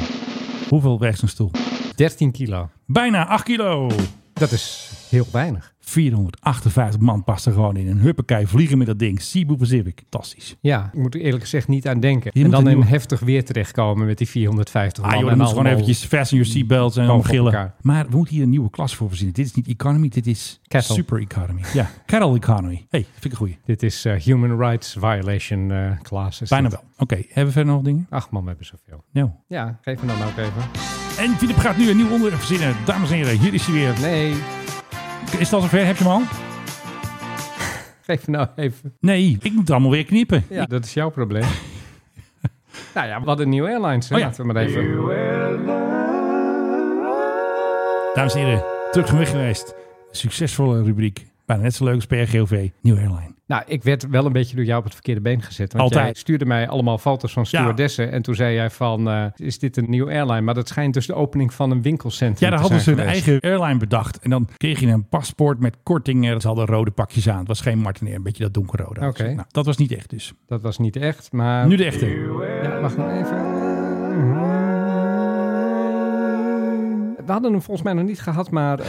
Hoeveel weegt een stoel? 13 kilo. Bijna 8 kilo. Dat is heel weinig. 458 man past er gewoon in. Een huppakee vliegen met dat ding. Cebu Pacific. Fantastisch. Ja, ik moet er eerlijk gezegd niet aan denken. Je en moet dan een in nieuwe- heftig weer terechtkomen met die 450 Ah man. joh, en dan moet je gewoon allemaal- eventjes fasten your seatbelts en Komen allemaal op gillen. elkaar. Maar we moeten hier een nieuwe klas voor verzinnen. Dit is niet economy, dit is Cattle. super economy. Ja, cattle economy. hey, vind ik een goeie. Dit is eh, human rights violation eh class. is Bijna dit. wel. Oké, hebben we verder nog dingen? Ach man, we hebben zoveel. Nou. Ja, geef hem dan ook even. En Filip gaat nu een nieuw onderwerp verzinnen. Dames en heren, hier is hij weer. Nee, Is het al zover? Heb je hem al? geef hem nou even. Nee, ik moet het allemaal weer knippen. Ja, dat is jouw probleem. nou ja, we hadden New Airlines. hè? Oh ja. Laten we maar even... Dames en heren, terug van weg geweest. Succesvolle rubriek. Bijna net zo leuk als PRGOV. Nieuw airline. Nou, ik werd wel een beetje door jou op het verkeerde been gezet. Want Altijd. jij stuurde mij allemaal foto's van stewardessen. En toen zei jij van, eh, is dit een nieuwe airline? Maar dat schijnt dus de opening van een winkelcentrum Ja, daar te hadden ze zijn hun geweest. eigen airline bedacht. En dan kreeg je een paspoort met kortingen. Ze hadden rode pakjes aan. Het was geen Martinair, een beetje dat donkerrode. Oké. Nou, Nou, dat was niet echt dus. Dat was niet echt, maar... Nu de echte. Ja, wacht nog even. We hadden hem volgens mij nog niet gehad, maar eh,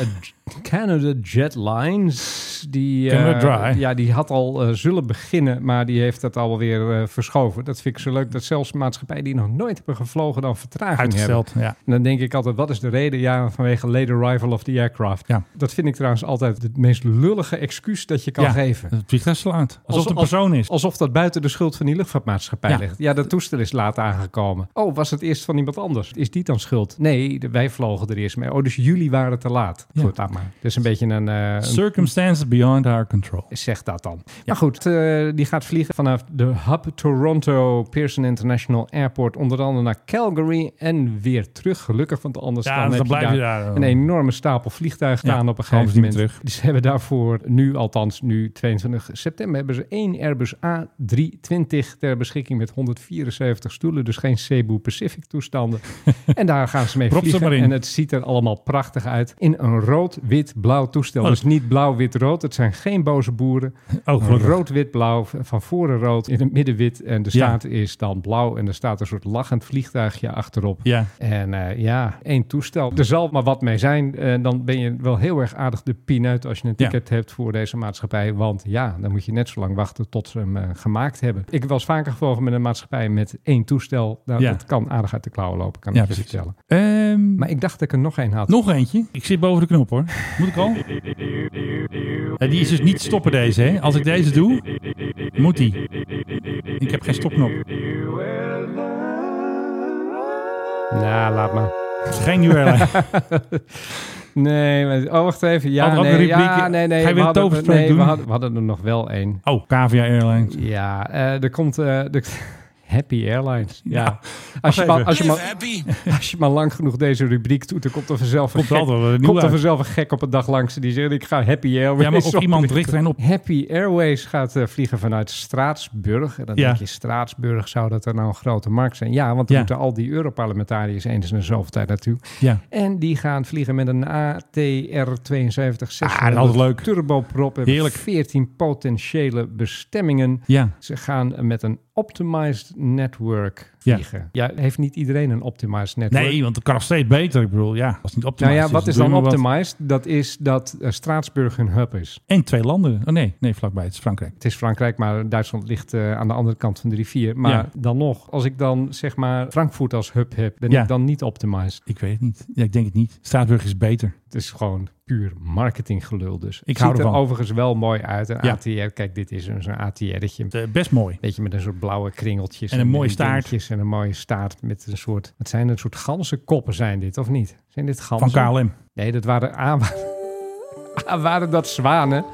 Canada Jetlines, die, eh, Canada Dry. ja, die had al eh, zullen beginnen, maar die heeft dat alweer eh, verschoven. Dat vind ik zo leuk, dat zelfs maatschappijen die nog nooit hebben gevlogen dan vertraging hebben. Uitgesteld, ja. En dan denk ik altijd, wat is de reden? Ja, vanwege late arrival of the aircraft. Ja. Dat vind ik trouwens altijd het meest lullige excuus dat je kan ja, geven. Het vliegtuig slaat. Alsof Als- het een persoon is. Alsof dat buiten de schuld van die luchtvaartmaatschappij Ja. ligt. Ja, dat toestel is laat aangekomen. Oh, was het eerst van iemand anders? Is die dan schuld? Nee, de- wij vlogen er eerst mee. Oh, dus jullie waren te laat. Ja. Goed, laat maar. Dus een beetje een... eh, een- Circumstances beyond our control. Zeg dat dan. Maar goed, eh, die gaat vliegen vanaf de Hub Toronto Pearson International Airport. Onder andere naar Calgary en weer terug. Gelukkig, want anders Ja, dan dan heb blijf je je daar daar, eh, een enorme stapel vliegtuigen Ja, staan op een komen gegeven ze niet moment. meer Dus ze hebben daarvoor nu, althans nu 22 september, hebben ze één Airbus A320 ter beschikking met 174 stoelen. Dus geen Cebu Pacific toestanden. en daar gaan ze mee Prop ze vliegen. maar in. En het ziet er allemaal prachtig uit. In een rood-wit-blauw toestel. Oh. Dus niet blauw-wit-rood. Het zijn geen boze boeren. Oh, gelukkig. Rood-wit-blauw, van voren rood, in het midden wit. En de Ja. staat is dan blauw. En er staat een soort lachend vliegtuigje achterop. Ja. En eh, ja, één toestel. Er zal maar wat mee zijn. En dan ben je wel heel erg aardig de pineut als je een Ja. ticket hebt voor deze maatschappij. Want ja, dan moet je net zo lang wachten tot ze hem eh, gemaakt hebben. Ik was vaker gevlogen met een maatschappij met één toestel. Nou, Ja. Dat kan aardig uit de klauwen lopen, kan Ja, ik je precies. vertellen. Ehm, Maar ik dacht dat ik er nog één had. nog eentje. Ik zit boven de knop hoor. Moet ik al? Ja, die is dus niet stoppen deze. Hè? Als ik deze doe, moet die. Ik heb geen stopknop. Nou, laat maar. Het is geen New Airline. Nee, maar, oh wacht even. Ja, Had ook nee, een ja, rubriekje. nee, nee. Ga je weer we hadden- toverspreuk nee, We doen? hadden, we hadden er nog wel één. Oh, Cavia Airlines. Ja, eh, er komt... eh, de, happy Airlines. Ja. Nou, als, je even. maar, als, je maar, Happy. als je maar lang genoeg deze rubriek doet, dan komt er vanzelf een Komt er gek, altijd wel een nieuwe komt er uit. vanzelf een gek op een dag langs die zegt, ik ga Happy Airways Ja, maar of iemand richt er een op. Happy Airways gaat eh, vliegen vanuit Straatsburg. En dan Ja. denk je, Straatsburg, zou dat er nou een grote markt zijn? Ja, want Ja. dan moeten al die Europarlementariërs eens in de zoveel tijd naartoe. Ja. En die gaan vliegen met een ATR 72 Ah, dat is leuk. turboprop. Hebben Heerlijk. 14 potentiële bestemmingen. Ja. Ze gaan met een optimized network Ja. vliegen. Ja, heeft niet iedereen een optimized network? Nee, want het kan nog steeds beter. Ik bedoel, ja, als het niet Nou optimized Dus ja, wat is doe dan je maar wat. optimized? Dat is dat eh, Straatsburg een hub is. En twee landen. Oh nee, nee, vlakbij. Het is Frankrijk. Het is Frankrijk, maar Duitsland ligt eh, aan de andere kant van de rivier. Maar Ja. dan nog, als ik dan zeg maar Frankfurt als hub heb, ben Ja. ik dan niet optimized. Ik weet het niet. Ja, ik denk het niet. Straatsburg is beter. Het is gewoon puur marketinggelul dus. Het hou ziet ervan. er overigens wel mooi uit. Een Ja. ATR, kijk, dit is een- zo'n ATR'tje. Eh, Best mooi. Beetje met een soort blauwe kringeltjes. En een mooie die staart. dingetjes En een mooie staart met een soort... Wat zijn het? Een soort ganzenkoppen zijn dit, of niet? Zijn dit Van ganzen? KLM. Nee, dat waren A, A waren dat zwanen.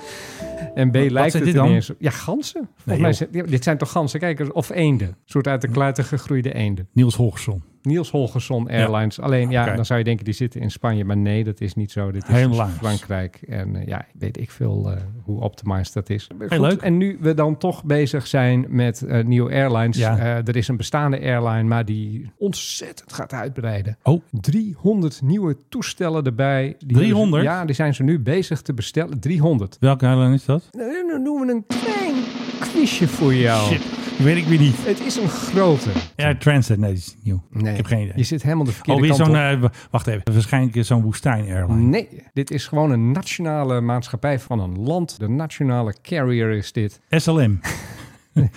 En B lijkt zijn het dit dan? ineens... Ja, ganzen. Volgens mij joh. zijn- ja, dit zijn toch ganzen? Kijk, of eenden. Een soort uit de kluiten gegroeide eenden. Niels Holgersson. Niels Holgersson Airlines. Alleen ja, Oké. dan zou je denken die zitten in Spanje. Maar nee, dat is niet zo. Dit is dus Helaas. Frankrijk. En eh, ja, weet ik veel eh, hoe optimized dat is. Heel leuk. En nu we dan toch bezig zijn met eh, nieuwe airlines. Ja. eh, er is een bestaande airline, maar die ontzettend gaat uitbreiden. Oh. 300 nieuwe toestellen erbij. Die 300? ja, die zijn ze nu bezig te bestellen. 300. Welke airline is dat? Nou, Dan doen we een klein quizje voor jou. Shit, weet ik weer niet. Het is een grote. Air Transit, nee, die is nieuw. Nee, Ik heb geen idee. Je zit helemaal de verkeerde Oh, weer kant zo'n... op. Mm. eh, w- wacht even. Waarschijnlijk is zo'n woestijn-airline. Nee, dit is gewoon een nationale maatschappij van een land. De nationale carrier is dit. Oh, SLM.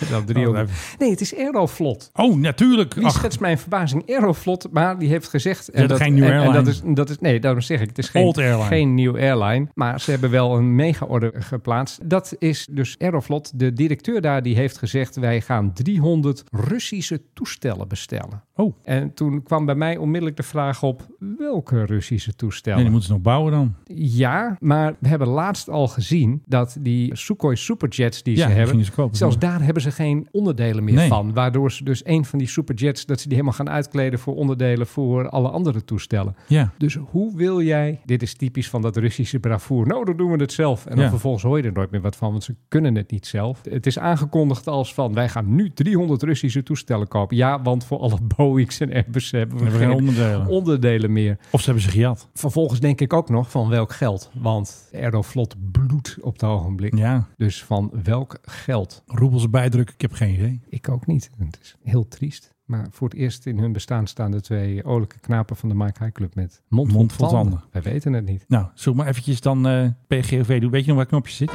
Dat driehoek. even. Nee, het is Aeroflot. Oh, natuurlijk. Wie Ach, schetst mijn verbazing? Aeroflot, maar die heeft gezegd... hebben geen nieuwe en- en airline. dat is, dat is, nee, daarom zeg ik, het is geen, Old airline. geen nieuw airline. Maar ze hebben wel een mega-order geplaatst. Dat is dus Aeroflot. De directeur daar die heeft gezegd... wij gaan 300 Russische toestellen bestellen. Oh. En toen kwam bij mij onmiddellijk de vraag op... welke Russische toestellen? nee, die moeten ze nog bouwen dan. Ja, maar we hebben laatst al gezien dat die Sukhoi Superjets die Ja, ze die hebben, gingen ze kopen, zelfs ja. daar hebben ze geen onderdelen meer Nee. van. Waardoor ze dus een van die Superjets, dat ze die helemaal gaan uitkleden voor onderdelen voor alle andere toestellen. Ja. Dus hoe wil jij, dit is typisch van dat Russische bravoer, nou dan doen we het zelf. En dan Ja. vervolgens hoor je er nooit meer wat van, want ze kunnen het niet zelf. Het is aangekondigd als van, wij gaan nu 300 Russische toestellen kopen. Ja, want voor alle Boeings en Airbus hebben we, Hebben we geen onderdelen. onderdelen meer. Of ze hebben ze gejat. Vervolgens denk ik ook nog van welk geld. Want Aeroflot bloedt op het ogenblik. Ja. Dus van welk geld? Roebels bijdrukken, ik heb geen idee. Ik ook niet. Het is heel triest. Maar voor het eerst in hun bestaan staan de twee oorlijke knapen van de Mike High Club met mond, Mond vol vol tanden. tanden. Wij weten het niet. Nou, zoek maar eventjes dan eh PGOV. Doe- Weet je nog waar het knopje zit?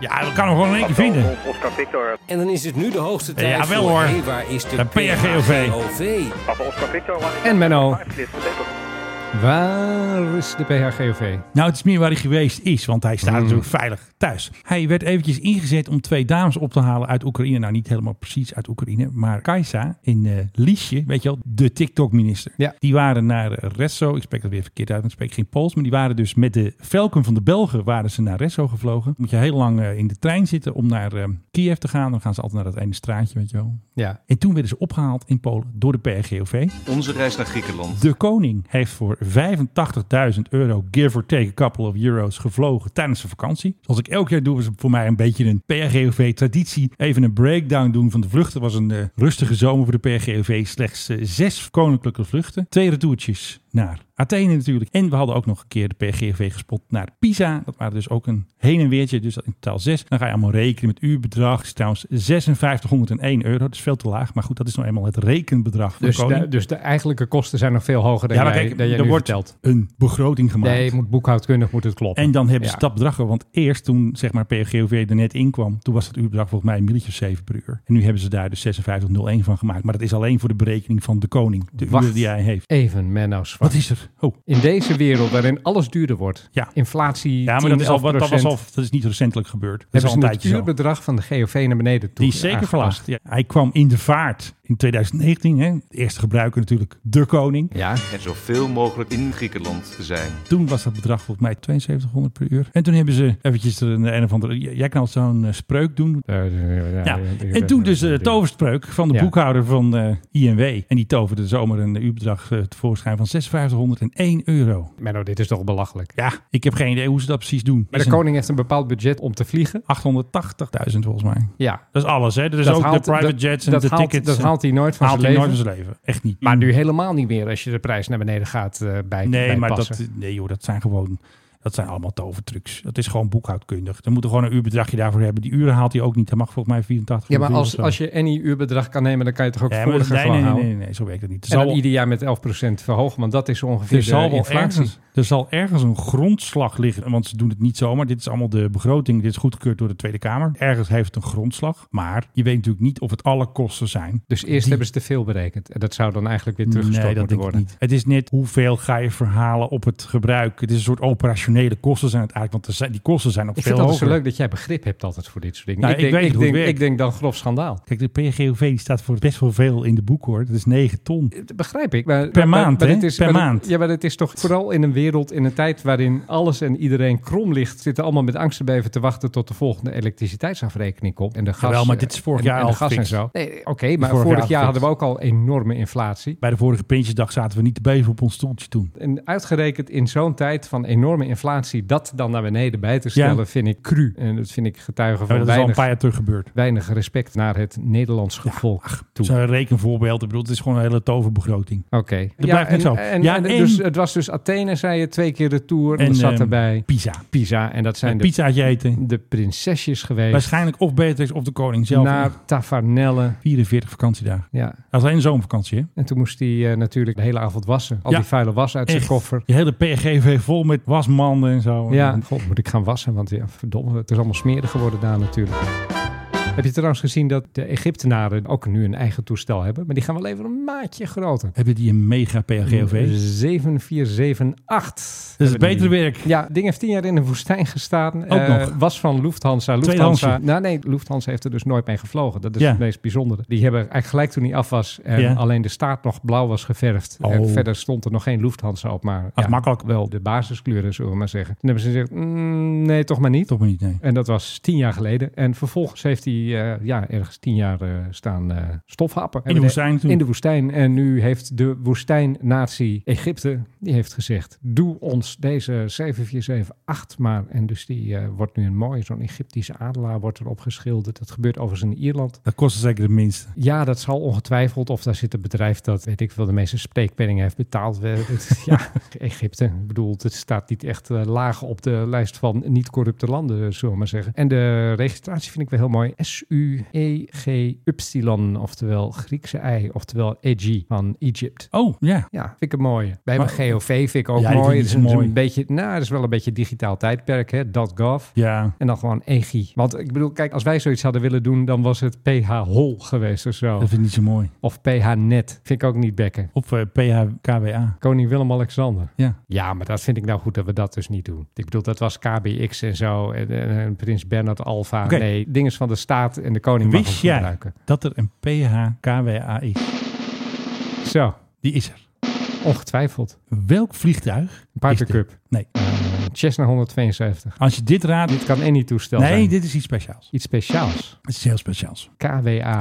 Ja, dat kan hem gewoon in één keer vinden. Oscar Victor. En dan is het nu de hoogste tijd Jawel, voor... hoor. Hey, waar is de, De PRGOV? PRGOV? Papa Oscar Victor. En Menno, waar is de PHGOV? Nou, het is meer waar hij geweest is, want hij staat natuurlijk veilig thuis. Hij werd eventjes ingezet om twee dames op te halen uit Oekraïne. Nou, niet helemaal precies uit Oekraïne, maar Kajsa in eh Liesje, weet je wel, de TikTok-minister. Ja. Die waren naar eh, Resso, ik spreek dat weer verkeerd uit, want ik spreek geen Pools, maar die waren dus met de Falcon van de Belgen waren ze naar Resso gevlogen. Moet je heel lang eh, in de trein zitten om naar eh, Kiev te gaan, dan gaan ze altijd naar dat ene straatje, weet je wel. Ja. En toen werden ze opgehaald in Polen door de PRGOV. Onze reis naar Griekenland. De koning heeft voor 85.000 euro, give or take a couple of euro's, gevlogen tijdens zijn vakantie. Zoals ik elk jaar doe, is het voor mij een beetje een PRGOV-traditie. Even een breakdown doen van de vluchten. Het was een eh, rustige zomer voor de PRGOV. Slechts eh, zes koninklijke vluchten. Twee retourtjes naar Athene natuurlijk. En we hadden ook nog een keer de PRGOV gespot naar Pisa. Dat waren dus ook een heen en weertje. Dus dat in totaal zes. Dan ga je allemaal rekenen met uurbedrag. Het is trouwens 5601 euro. Dat is veel te laag. Maar goed, dat is nou eenmaal het rekenbedrag van Dus de koning. de, dus de eigenlijke kosten zijn nog veel hoger dan, Ja, maar jij, kijk, dan jij er nu wordt vertelt. een begroting gemaakt. Nee, moet, boekhoudkundig moet het kloppen. En dan hebben ze Ja. dat bedrag er, Want eerst toen zeg maar PGOV er net in kwam, toen was dat uurbedrag volgens mij een milletje of 7 per uur. En nu hebben ze daar dus 56,01 van gemaakt. Maar dat is alleen voor de berekening van de koning. De Wacht. uren die hij heeft. Even Menno Zwart. Wat is er? Oh, In deze wereld waarin alles duurder wordt. Ja. Inflatie ja, maar dat is, al, 10, wat, dat, 11%. was al, dat is niet recentelijk gebeurd. Dat is hebben al een ze het tijdje zo. uurbedrag van de GOV naar beneden toe Die is zeker aangepast. verlaagd. Ja. Hij kwam in de vaart in 2019. Hè. De eerste gebruiker natuurlijk, de koning. Ja, En zoveel mogelijk in Griekenland te zijn. Toen was dat bedrag volgens mij 7200 per uur. En toen hebben ze eventjes er een, een of andere... J- Jij kan al zo'n eh, spreuk doen. eh, Ja, en toen dus de toverspreuk van de Ja. boekhouder van eh, INW. En die toverde zomaar een uurbedrag eh, tevoorschijn van 5601 euro. Menno, dit is toch belachelijk. Ja, ik heb geen idee hoe ze dat precies doen. Maar de koning heeft een bepaald budget om te vliegen. 880.000 volgens mij. Ja. Dat is alles, hè? Dat is ook de private dat- jets en dat de haalt, tickets. Dat en- haalt hij nooit van haalt zijn hij leven. nooit van zijn leven. Echt niet. maar nu helemaal niet meer als je de prijs naar beneden gaat eh, bij Mm. nee, maar bijpassen. dat, nee, joh, dat zijn gewoon... Dat zijn allemaal tovertrucs. Dat is gewoon boekhoudkundig. Dan moet er gewoon een uurbedragje daarvoor hebben. Die uren haalt hij ook niet. Hij mag volgens mij 84 Ja, maar uur als, of zo. als je any uurbedrag kan nemen, dan kan je toch ook Ja, ja, maar dat- voriger nee, gewoon nee, nee, houden. nee, nee, zo werkt het niet. Er En zal- dan ieder jaar met 11% verhogen, want dat is ongeveer Er zal, de wel inflatie. ergens, er zal ergens een grondslag liggen. Want ze doen het niet zomaar. Dit is allemaal de begroting. Dit is goedgekeurd door de Tweede Kamer. Ergens heeft het een grondslag. Maar je weet natuurlijk niet of het alle kosten zijn. Dus eerst hebben ze te veel berekend. En dat zou dan eigenlijk weer teruggestort Nee, dat moeten denk ik worden. niet. Het is net hoeveel ga je verhalen op het gebruik. Het is een soort operationeel operationele kosten zijn het eigenlijk, want er zijn, die kosten zijn ook Ik veel vind het hoger. altijd zo leuk dat jij begrip hebt altijd voor dit soort dingen. Nou, ik, denk, weet ik, hoe het denk, werkt. ik denk dan grof schandaal. Kijk, de PGOV die staat voor best wel veel in de boek hoor. Dat is 9 ton. Eh, Dat begrijp ik. Maar, Per maar- maand, maar hè? het is- Per maar het- maand. ja, maar het is toch vooral in een wereld, in een tijd waarin alles en iedereen krom ligt, zitten allemaal met angst erbij even te wachten tot de volgende elektriciteitsafrekening komt. En de gas, Jawel, maar eh, dit is vorig en- jaar en de al gas en gefixt. zo. Nee, oké, maar Vorig vorig, jaar jaar, gefixt. hadden we ook al enorme inflatie. Bij de vorige Prinsjesdag zaten we niet te beven op ons stoeltje toen. En uitgerekend in zo'n tijd van enorme inflatie, dat dan naar beneden bij te stellen, Ja. vind ik cru. En dat vind ik getuigen Ja, van dat is al een weinig, paar jaar terug gebeurd. weinig respect naar het Nederlands volk toe. Zo'n rekenvoorbeeld. Ik bedoel, het is gewoon een hele toverbegroting. Oké. Dat blijft en, niet zo. En, ja, en en- dus, het was dus Athene, zei je, twee keer de tour. En, En, er zat ehm, erbij Pisa. Pisa. En dat zijn Een de, pizzaatje eten. de prinsesjes geweest. Waarschijnlijk of Beatrix of de koning zelf. Naar Tavernelle. 44 vakantiedagen. Ja. Dat is alleen zomervakantie, hè? En toen moest hij eh, natuurlijk de hele avond wassen. Al Ja. die vuile was uit Echt. zijn koffer. Je hele PGV vol met wasmanden en zo. Ja, god, moet ik gaan wassen, want ja, verdomme, het is allemaal smerig geworden daar natuurlijk. Heb je trouwens gezien dat de Egyptenaren ook nu een eigen toestel hebben? Maar die gaan wel even een maatje groter. Hebben die een mega PGV? 7478. Dat is Mm, dus- Hebben die. beter werk. Ja, het ding heeft tien jaar in de woestijn gestaan. Ook Eh, nog. Was van Lufthansa. Lufthansa. Tweedehandsje. Nou nee, Lufthansa heeft er dus nooit mee gevlogen. Dat is Ja. het meest bijzondere. Die hebben eigenlijk gelijk toen hij af was en Ja. alleen de staart nog blauw was geverfd. Oh. En verder stond er nog geen Lufthansa op, maar Dat is makkelijk. wel de basiskleuren, zullen we maar zeggen. Toen hebben ze gezegd, "Mm, nee, toch maar niet. Toch maar niet, nee. En dat was tien jaar geleden. En vervolgens heeft hij eh, ja, ergens tien jaar eh, staan eh, stofhappen. In de woestijn toen. In de woestijn. En nu heeft de woestijnnatie Egypte, die heeft gezegd... doe ons deze 7478 maar. En dus die eh, wordt nu een mooi, zo'n Egyptische adelaar wordt erop geschilderd. Dat gebeurt overigens in Ierland. Dat kost zeker het minste. Ja, dat zal ongetwijfeld. Of daar zit een bedrijf dat, weet ik veel, de meeste spreekpenningen heeft betaald. We- het- ja, Egypte. Ik bedoel, het staat niet echt eh, laag op de lijst van niet-corrupte landen, eh, zullen we maar zeggen. En de registratie vind ik wel heel mooi. S-U-E-G-Y, oftewel Griekse ei, oftewel EG van Egypt. Oh, ja. Ja, vind ik een mooie. Bij mijn Maar- GOV vind ik ook Ja, die mooi. vind Het ik dus is een, mooi. een beetje, nou, het is wel een beetje digitaal tijdperk, hè. .gov. Ja. En dan gewoon EGI. Want ik bedoel, kijk, als wij zoiets hadden willen doen, dan was het PH-hol geweest of zo. Dat vind ik niet zo mooi. Of PH-net. Vind ik ook niet bekken. Of eh, PHKWA. Koning Willem-Alexander. Ja. Ja, maar dat vind ik nou goed dat we dat dus niet doen. Ik bedoel, dat was KBX en zo. En, en- en Prins Bernhard Alfa. Oké. Nee, dingen van de staat en de koning mag Wist het jij gebruiken. dat er een PHKWA is? Zo, Die is er. ongetwijfeld. Welk vliegtuig? Een Pipercup. Nee. Cessna 172. Als je dit raadt... Dit kan any toestel nee, zijn. dit is iets speciaals. Iets speciaals. Het is heel speciaals. KWA.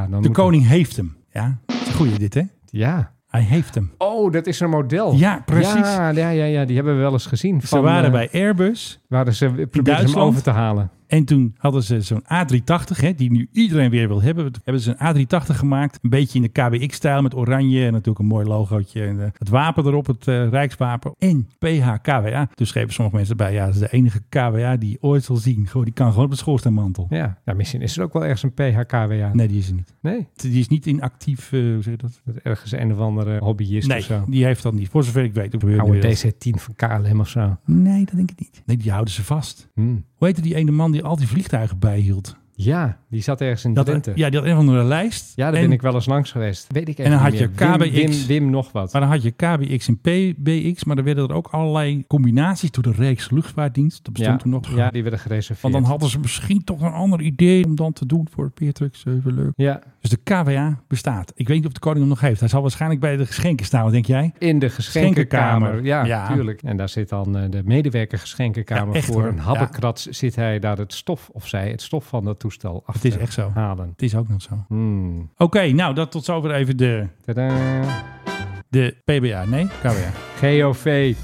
Dan moet De het- koning heeft hem. Ja, dat is een goeie dit, hè? Ja. Hij heeft hem. Oh, dat is een model. Ja, precies. Ja, ja, ja, ja, die hebben we wel eens gezien. Ze waren eh, bij Airbus Waren ze probeerden ze hem Duitsland. over te halen. En toen hadden ze zo'n A380, hè, die nu iedereen weer wil hebben. Toen hebben ze een A380 gemaakt, een beetje in de KBX-stijl met oranje en natuurlijk een mooi logootje. En eh, het wapen erop, het eh, Rijkswapen. En PHKWA. Dus schreven sommige mensen bij, ja, dat is de enige KWA die je ooit zal zien. Gewoon, die kan gewoon op de schoorsteenmantel. Ja. ja, misschien is er ook wel ergens een PHKWA. Nee. Nee, die is er niet. Die is niet in actief, eh, hoe zeg je dat? Dat ergens een of andere hobbyist of zo. Nee, die heeft dat niet. Voor zover ik weet. Ook weer Oude weer- DC-10 van KLM of zo. Nee, dat denk ik niet. Nee, die houden ze vast. Hmm. Hoe heette die ene man die al die vliegtuigen bijhield? Ja, die zat ergens in Dat, eh, Drenthe. ja, die had een van de lijst. Ja, daar En- ben ik wel eens langs geweest. Weet ik En dan even had niet je meer. Wim, KBX. Wim, Wim nog wat. Maar dan had je KBX en PBX, maar er werden er ook allerlei combinaties door de Rijks Luchtvaartdienst. Dat bestond ja, toen nog. ja, die werden gereserveerd. Want dan hadden ze misschien toch een ander idee om dan te doen voor Peertrix. Even leuk. Ja, Dus de KWA bestaat. Ik weet niet of de koning hem nog heeft. Hij zal waarschijnlijk bij de geschenken staan, wat denk jij? in de geschenkenkamer. Geschenkenkamer. Ja, Ja. tuurlijk. En daar zit dan eh, de medewerker geschenkenkamer. Ja, echt Voor hoor. een Ja. habbekrats zit hij daar het stof, of zij, het stof van dat toestel af Het is te echt zo. halen. Het is ook nog zo. Oké, Hmm. nou dat tot zover even de, Tadaa. de PBA. Nee, KWA. GOV.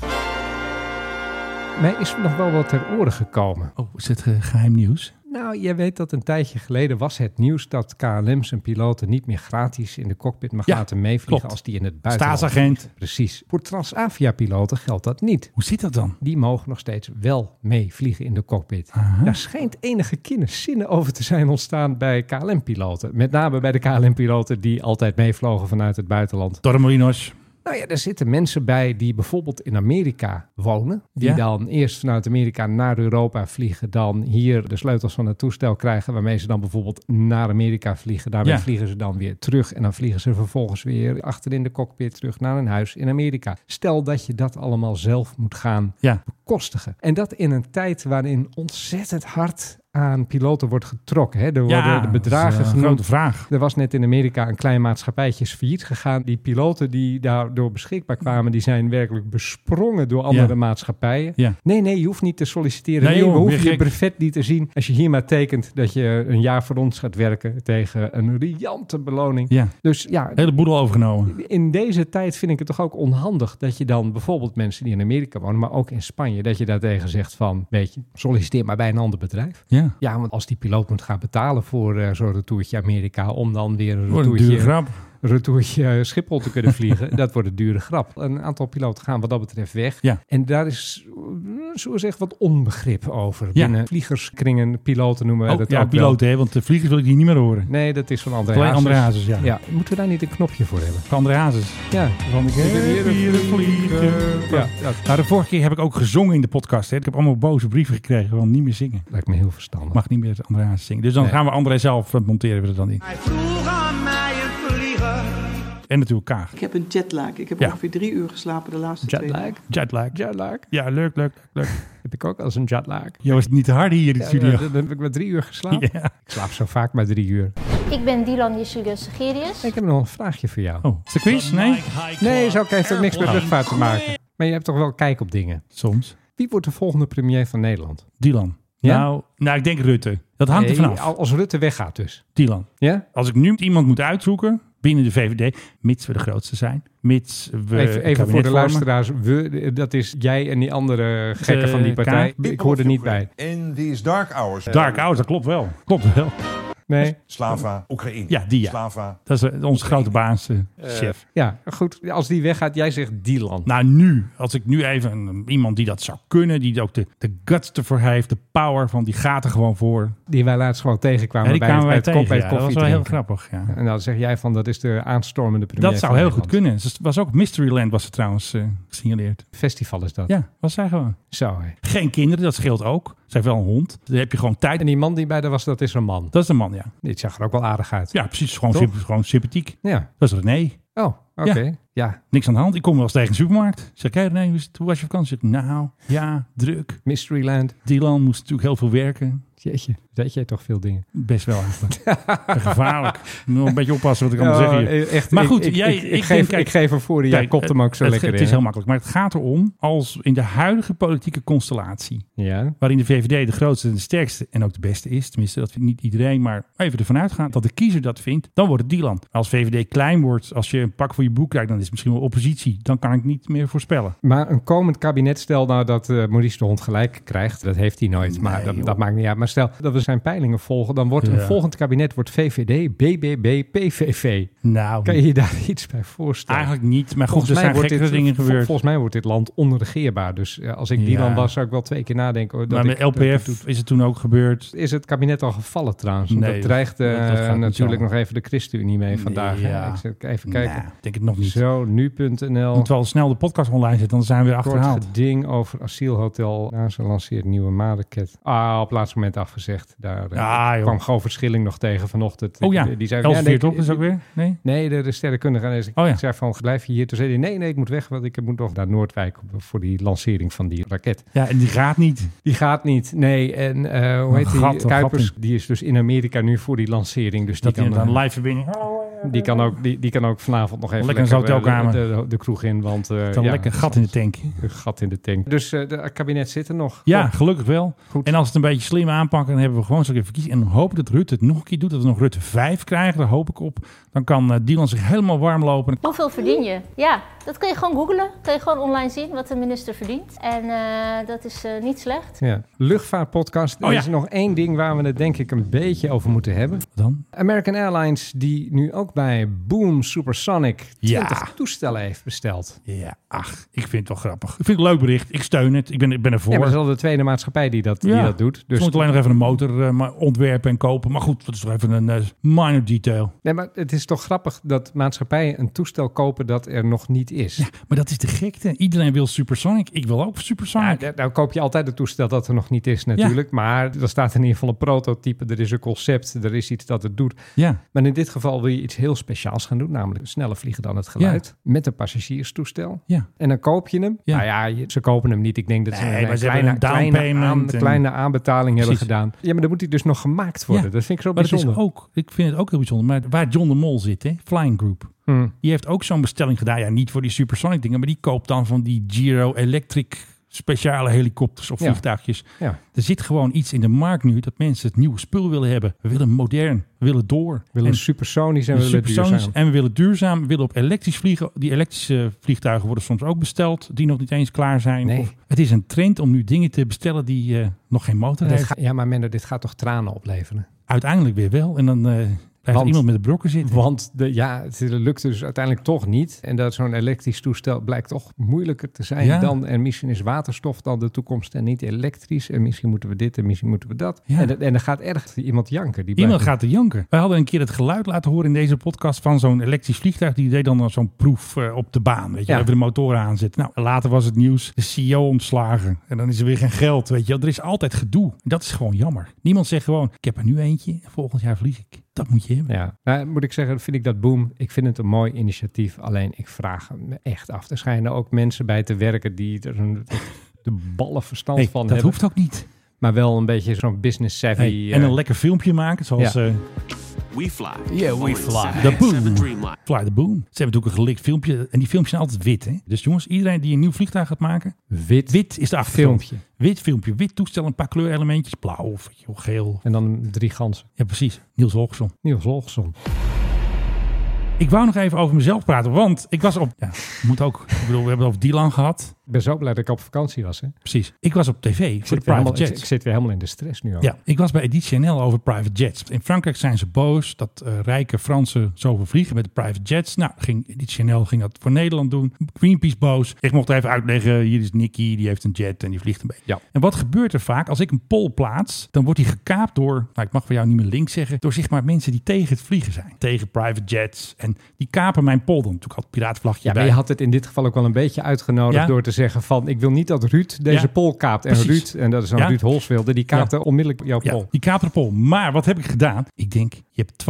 Mij is nog wel wat ter oren gekomen. Oh, is het eh, geheim nieuws? Nou, je weet dat een tijdje geleden was het nieuws dat KLM zijn piloten niet meer gratis in de cockpit mag Ja, laten meevliegen klopt. als die in het buitenland. Staatsagent. Precies. Voor Transavia-piloten geldt dat niet. Hoe zit dat dan? Die mogen nog steeds wel meevliegen in de cockpit. Aha. Daar schijnt enige kinderzinnen over te zijn ontstaan bij KLM-piloten. Met name bij de KLM-piloten die altijd meevlogen vanuit het buitenland. Torremolinos. Nou ja, er zitten mensen bij die bijvoorbeeld in Amerika wonen. Die Ja. dan eerst vanuit Amerika naar Europa vliegen. Dan hier de sleutels van het toestel krijgen. Waarmee ze dan bijvoorbeeld naar Amerika vliegen. Daarmee Ja. vliegen ze dan weer terug. En dan vliegen ze vervolgens weer achter in de cockpit terug naar hun huis in Amerika. Stel dat je dat allemaal zelf moet gaan Ja. bekostigen. En dat in een tijd waarin ontzettend hard aan piloten wordt getrokken. Hè? Er worden Ja, de dat bedragen is een genoemd. grote vraag. Er was net in Amerika een klein maatschappijtje is failliet gegaan. Die piloten die daardoor beschikbaar kwamen, die zijn werkelijk besprongen door andere Ja. maatschappijen. Ja. Nee, nee, je hoeft niet te solliciteren. Nee, Nee, joh, we hoeven weer je gek. brevet niet te zien. Als je hier maar tekent dat je een jaar voor ons gaat werken tegen een riante beloning. Ja. Dus ja, Hele boedel overgenomen. in deze tijd vind ik het toch ook onhandig dat je dan bijvoorbeeld mensen die in Amerika wonen, maar ook in Spanje, dat je daartegen zegt van, weet je, solliciteer maar bij een ander bedrijf. Ja. Ja, want als die piloot moet gaan betalen voor eh, zo'n retourtje Amerika, om dan weer een Wordt een retourtje, dure grap. retourtje eh, Schiphol te kunnen vliegen, dat wordt een dure grap. Een aantal piloten gaan wat dat betreft weg. Ja. En daar is, eh, zo zullen we zeggen, wat onbegrip over. Ja. Binnen vliegerskringen, piloten noemen we Ook, dat ja, ook wel. piloot, hè, want de vliegers wil ik hier niet meer horen. Nee, dat is van André Alleen Hazes. André Hazes, ja. Moeten we daar niet een knopje voor hebben? Van André Hazes. Ja, van ik heb hier een vlieger. Ja, ja. Nou, de vorige keer heb ik ook gezongen in de podcast. Hè. Ik heb allemaal boze brieven gekregen van niet meer zingen. Lijkt me heel verstandig. Mag niet meer André Hazes zingen. Dus dan Nee. gaan we André zelf eh, monteren we er dan in. Vroeg aan mij een vlieger. En natuurlijk Kaag. Ik heb een jetlag. Ik heb Ja. ongeveer drie uur geslapen de laatste twee Jetlag? Jetlag. Jetlag? Ja, leuk, leuk, leuk, leuk. Heb ik ook als een jetlag. Jij was niet te hard hier in de Ja, studio. Dan heb ik maar drie uur geslapen. Ik slaap zo vaak maar drie uur. Ik ben Dylan Yeshilios Segerius. Ik heb nog een vraagje voor jou. Oh, is de quiz? Nee? Nee, zo heeft het niks met Airplane luchtvaart te maken. Maar je hebt toch wel kijk op dingen. Soms. Wie wordt de volgende premier van Nederland? Dylan. Ja? Nou, nou, ik denk Rutte. Dat hangt er Nee, vanaf. al- Als Rutte weggaat dus. Dylan. Ja? Als ik nu iemand moet uitzoeken binnen de VVD, mits we de grootste zijn, mits we een Even, kabinet even voor de vormen. luisteraars. We, dat is jij en die andere gekken van die partij. Kaag. Ik hoor er niet bij. In these dark hours. Dark Hours, dat klopt wel. Klopt wel. Nee. Slava, Oekraïne. Ja, die ja. Slava. Dat is eh, onze grote baas, eh, chef. Ja, goed. Als die weggaat, jij zegt Dylan. Nou, nu, als ik nu even een- iemand die dat zou kunnen, die ook de, de guts ervoor heeft, de power van, die gaat er gewoon voor. Die wij laatst gewoon Ja, tegenkwamen die bij, kwamen wij het, bij het, tegen. ko- bij het ja. dat was koffie wel heel drinken. grappig, ja. En dan zeg jij van dat is de aanstormende premier Dat zou van heel goed Nederland. kunnen. Het was ook Mysteryland was er trouwens eh, gesignaleerd. Festival is dat. Ja, was zij gewoon. Zo hè. Geen kinderen, dat scheelt ook. Ze heeft wel een hond. Dan heb je gewoon tijd. En die man die bij haar was, dat is een man. Dat is een man, ja. Dit zag er ook wel aardig uit. Ja, precies. Gewoon, Toch? symp- gewoon sympathiek. Ja. Dat is René. Oh, oké. Ja. Ja. Niks aan de hand. Ik kom wel eens tegen een supermarkt. Ik Zeg, hé René, hoe, is het? Hoe was je vakantie? Ik zeg, nou, ja, druk. Mysteryland. Dylan moest natuurlijk heel veel werken. Jeetje, weet jij toch veel dingen. Best wel eigenlijk. Gevaarlijk. Moet wel een beetje oppassen wat ik allemaal zeg hier. Eh, echt, maar ik- goed, ik, jij, ik, ik geef, denk, kijk, ik geef hem voor. en Jij kijk, kopt hem ook zo het, lekker Het in. is hè? heel makkelijk. Maar het gaat erom, als in de huidige politieke constellatie, Ja. waarin de VVD de grootste en de sterkste en ook de beste is, tenminste dat vindt niet iedereen, maar even ervan uitgaan dat de kiezer dat vindt, dan wordt het Dylan. Als VVD klein wordt, als je een pak voor je boek krijgt, dan is het misschien wel oppositie. Dan kan ik niet meer voorspellen. Maar een komend kabinet, stel nou dat eh, Maurice de Hond gelijk krijgt. Dat heeft hij nooit, maar dat, dat maakt niet uit. Maar stel dat we zijn peilingen volgen, dan wordt een Ja. volgend kabinet wordt VVD, BBB, PVV. Nou, Kan je je daar iets bij voorstellen? eigenlijk niet. Maar goed, er zijn wordt gekkere dingen vol- gebeurd. Volgens mij wordt dit land onregeerbaar. Dus eh, als ik die Ja. dan was, zou ik wel twee keer nadenken. oh, dat Maar ik- met dat ik dat LPF is het toen ook gebeurd. doe. Is het kabinet al gevallen trouwens? Want Nee, dat dreigt eh, dat- dat gaat niet natuurlijk zo. nog even de ChristenUnie mee vandaag. hè? Ja. Ik zit even kijken. Nou, denk het nog niet. Zo, nu.nl. Moeten we al snel de podcast online zetten, dan zijn we weer Kort achterhaald. geding over asielhotel. NASA lanceert nieuwe madenket. Ah, op laatste moment afgezegd. Daar eh, Ah, joh. kwam gewoon verschilling nog tegen vanochtend. Oh ja, Ik- die zei, Elsevier nee, toch? ik- Is ook weer? Nee? Nee, de, de sterrenkundige. En ik Oh ja. zei van, blijf je hier? Toen zei hij, nee, nee, ik moet weg, want ik moet nog naar Noordwijk voor die lancering van die raket. Ja, en die gaat niet. Die gaat niet, nee. En eh, hoe Een heet gat, die? een Kuipers, gat die is dus in Amerika nu voor die lancering. Dus Dat die hij kan, dan eh, live verbinding. die kan, ook, die, die kan ook vanavond nog even Lekker in zijn eh, hotelkamer. De, de- de kroeg in, want... eh, Dan ja, lekker een gat in de tank. Een gat in de tank. Dus eh het kabinet zit er nog. Ja, Toch? gelukkig wel. Goed. En als we het een beetje slim aanpakken, dan hebben we gewoon zo'n keer verkiezing. En dan hopen dat Rutte het nog een keer doet. Dat we nog Rutte 5 krijgen, daar hoop ik op. Dan kan eh, Dylan zich helemaal warm lopen. Hoeveel verdien je? Ja, dat kun je gewoon googlen. Kun je gewoon online zien wat de minister verdient. En eh, dat is eh, niet slecht. Ja. Luchtvaartpodcast. Oh Er ja. is nog één ding waar we het denk ik een beetje over moeten hebben. Dan? American Airlines die nu ook ook bij Boom Supersonic 20 toestellen heeft besteld. Ja, ach, ik vind het wel grappig. Ik vind het een leuk bericht. Ik steun het. Ik ben, ik ben ervoor. Ja, maar dat is al de tweede maatschappij die dat, die Ja. dat doet. Dus, Ze moeten alleen nog even een motor eh, maar ontwerpen en kopen. Maar goed, dat is toch even een eh, minor detail. Nee, maar het is toch grappig dat maatschappijen een toestel kopen dat er nog niet is. Ja, maar dat is de gekte. Iedereen wil Supersonic. Ik wil ook Supersonic. daar- nou koop je altijd een toestel dat er nog niet is natuurlijk. Maar er staat in ieder geval een prototype, er is een concept, er is iets dat het doet. Ja. Maar in dit geval wil je iets heel speciaals gaan doen, namelijk sneller vliegen dan het geluid. Met een passagierstoestel. Ja. En dan koop je hem. Ja. Nou ja, je- ze kopen hem niet. Ik denk dat ze Nee, een, maar ze kleine, hebben een down kleine, aan- payment en- kleine aanbetaling Precies. hebben gedaan. Ja, maar dan moet hij dus nog gemaakt worden. Dat vind ik zo maar dat is bijzonder. ook, ik vind het ook heel bijzonder. Maar waar John de Mol zit, hè, Flying Group. Hmm. Die heeft ook zo'n bestelling gedaan. Ja, niet voor die Supersonic dingen, maar die koopt dan van die Giro Electric speciale helikopters of Ja. vliegtuigjes. Ja. Er zit gewoon iets in de markt nu dat mensen het nieuwe spul willen hebben. We willen modern, we willen door. We willen supersonisch en we willen duurzaam. En we willen duurzaam, we willen op elektrisch vliegen. Die elektrische vliegtuigen worden soms ook besteld, die nog niet eens klaar zijn. Nee. Of, het is een trend om nu dingen te bestellen die eh, nog geen motor Dit hebben. ga- ja, maar Mender, dit gaat toch tranen opleveren? Uiteindelijk weer wel. En dan eh blijft Want- iemand met de brokken zitten. Want de, ja, het lukt dus uiteindelijk toch niet. En dat zo'n elektrisch toestel blijkt toch moeilijker te zijn Ja. dan. En misschien is waterstof dan de toekomst en niet elektrisch. En misschien moeten we dit en misschien moeten we dat. Ja. En, dat- en dan gaat erg iemand janken. Die Iemand blijft- gaat er janken. Wij hadden een keer het geluid laten horen in deze podcast van zo'n elektrisch vliegtuig. Die deed dan zo'n proef eh, op de baan. Weet je, Ja. even de motoren aanzetten. Nou, later was het nieuws. De CEO ontslagen. En dan is er weer geen geld. Weet je, wel. er is altijd gedoe. Dat is gewoon jammer. Niemand zegt gewoon: ik heb er nu eentje. Volgend jaar vlieg ik. Dat moet je hebben. Ja, nou, moet ik zeggen, vind ik dat boom. Ik vind het een mooi initiatief. Alleen ik vraag het me echt af. Er schijnen ook mensen bij te werken die er een, de ballen verstand Hey, van dat hebben. hoeft ook niet. Maar wel een beetje zo'n business savvy. Hey, en eh, een lekker filmpje maken, zoals Ja. eh, We fly. Yeah, we Boeing fly. The 787 Boom. Dreamliner. Fly the Boom. Ze hebben natuurlijk een gelikt filmpje. En die filmpjes zijn altijd wit. Hè? Dus jongens, iedereen die een nieuw vliegtuig gaat maken. Wit. Wit is de achtergrond. Filmpje. Wit filmpje. Wit toestel. Een paar kleurelementjes. Blauw of weet je wel, geel. En dan drie ganzen. Ja, precies. Niels Holgersson. Niels Holgersson. Ik wou nog even over mezelf praten. Want ik was op... Ja, moet ook. Ik bedoel, we hebben het over Dylan gehad. Ik ben zo blij dat ik op vakantie was. Hè? Precies. Ik was op tv Ik voor de zit, weer private helemaal, ik, jets. ik zit weer helemaal in de stress nu ook. Ja, ik was bij Editie NL over private jets. In Frankrijk zijn ze boos dat eh, rijke Fransen zoveel vliegen met de private jets. Nou, ging Editie NL ging dat voor Nederland doen. Greenpeace boos. Ik mocht even uitleggen, hier is Nicky, die heeft een jet en die vliegt een beetje. Ja. En wat gebeurt er vaak? Als ik een poll plaats, dan wordt die gekaapt door, nou, ik mag voor jou niet meer links zeggen, door zeg maar mensen die tegen het vliegen zijn. Tegen private jets. En die kapen mijn poll dan. Natuurlijk had het piraatvlagje Ja, maar bij. je had het in dit geval ook wel een beetje uitgenodigd Ja. door te zeggen van... ik wil niet dat Ruud deze Ja. pol kaapt. En Precies. Ruud, en dat is dan Ja. Ruud Holswilde, die kaapte onmiddellijk jouw Ja, pol. die kaapte de pol. Maar wat heb ik gedaan? Ik denk, je hebt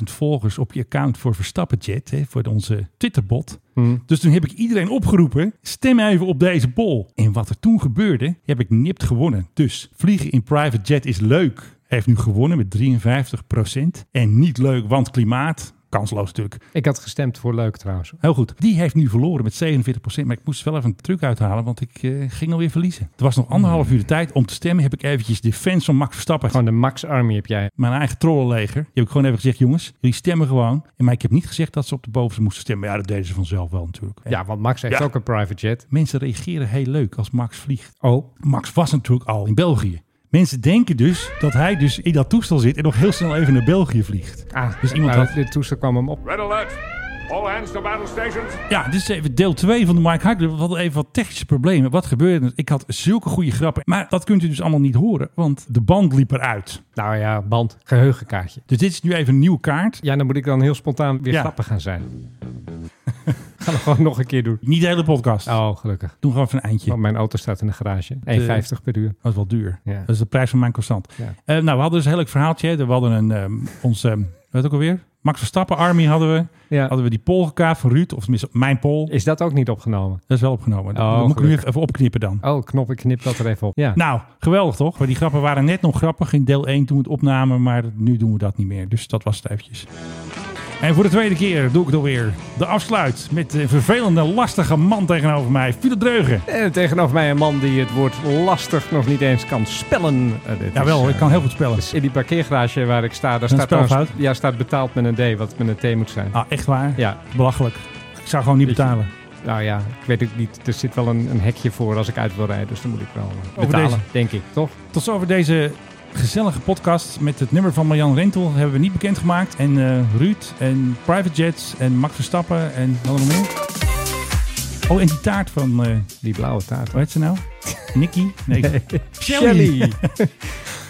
12.000 volgers op je account voor Verstappenjet, hè, voor onze Twitterbot. Hmm. Dus toen heb ik iedereen opgeroepen, stem even op deze poll. En wat er toen gebeurde, heb ik nipt gewonnen. Dus vliegen in private jet is leuk. Heeft nu gewonnen met 53%. En niet leuk, want klimaat. Kansloos natuurlijk. Ik had gestemd voor leuk trouwens. Heel goed. Die heeft nu verloren met 47%. Maar ik moest wel even een truc uithalen, want ik eh, ging alweer verliezen. Het was nog anderhalf uur de tijd om te stemmen. Heb ik eventjes de fans van Max Verstappen Gewoon de Max Army heb jij. mijn eigen trollenleger. Die heb ik gewoon even gezegd, jongens, jullie stemmen gewoon. En Maar ik heb niet gezegd dat ze op de bovenste moesten stemmen. Ja, dat deden ze vanzelf wel natuurlijk. Ja, want Max heeft Ja. ook een private jet. Mensen reageren heel leuk als Max vliegt. Oh. Max was natuurlijk al in België. Mensen denken dus dat hij dus in dat toestel zit en nog heel snel even naar België vliegt. Ah, Dus iemand nou, had- dit toestel kwam hem op. Red alert! All hands to battle stations. Ja, dit is even deel 2 van de Mike Hackler. We hadden even wat technische problemen. Wat gebeurde er? Ik had zulke goede grappen. Maar dat kunt u dus allemaal niet horen, want de band liep eruit. Nou ja, band, geheugenkaartje. Dus dit is nu even een nieuwe kaart. Ja, dan moet ik dan heel spontaan weer Ja. grappig gaan zijn. Ga dat gewoon nog een keer doen. Niet de hele podcast. Oh, gelukkig. Doen we gewoon even een eindje. Want mijn auto staat in de garage. 1,50 per uur. Dat is wel duur. Ja. Dat is de prijs van mijn constant. Ja. Eh, nou, we hadden dus een heel leuk verhaaltje. hè. We hadden een, ehm ons, ehm weet ook alweer? Max Verstappen Army hadden we. Ja. Hadden we die pol gekaapt van Ruud, of tenminste mijn pol. Is dat ook niet opgenomen? Dat is wel opgenomen. Oh, dat moet ik nu gelukkig. even, even opknippen dan. Oh, knop, ik knip dat er even op. Ja. Nou, geweldig toch? Want die grappen waren net nog grappig in deel 1 toen we het opnamen, maar nu doen we dat niet meer. Dus dat was het eventjes. En voor de tweede keer doe ik het alweer. De afsluit met de vervelende, lastige man tegenover mij, Philip Dreugen. En tegenover mij een man die het woord lastig nog niet eens kan spellen. Eh, dit Jawel, is, eh, ik kan heel goed spellen. dus in die parkeergarage waar ik sta, daar Een staat, trouwens- spelfout? ja, staat betaald met een D, wat met een T moet zijn. Ah, echt waar? Ja. Belachelijk. Ik zou gewoon niet Weet je, betalen. Nou ja, ik weet het niet. Er zit wel een, een hekje voor als ik uit wil rijden, dus dan moet ik wel eh, Over betalen, deze. denk ik, toch? Tot zover deze gezellige podcast met het nummer van Marjan Rentel hebben we niet bekendgemaakt. En eh, Ruud en Private Jets en Max Verstappen en wat nog meer. Oh, en die taart van... eh, Die blauwe taart. hoe heet ze nou? Nicky? Nee. Nee. Shelly. Shelly.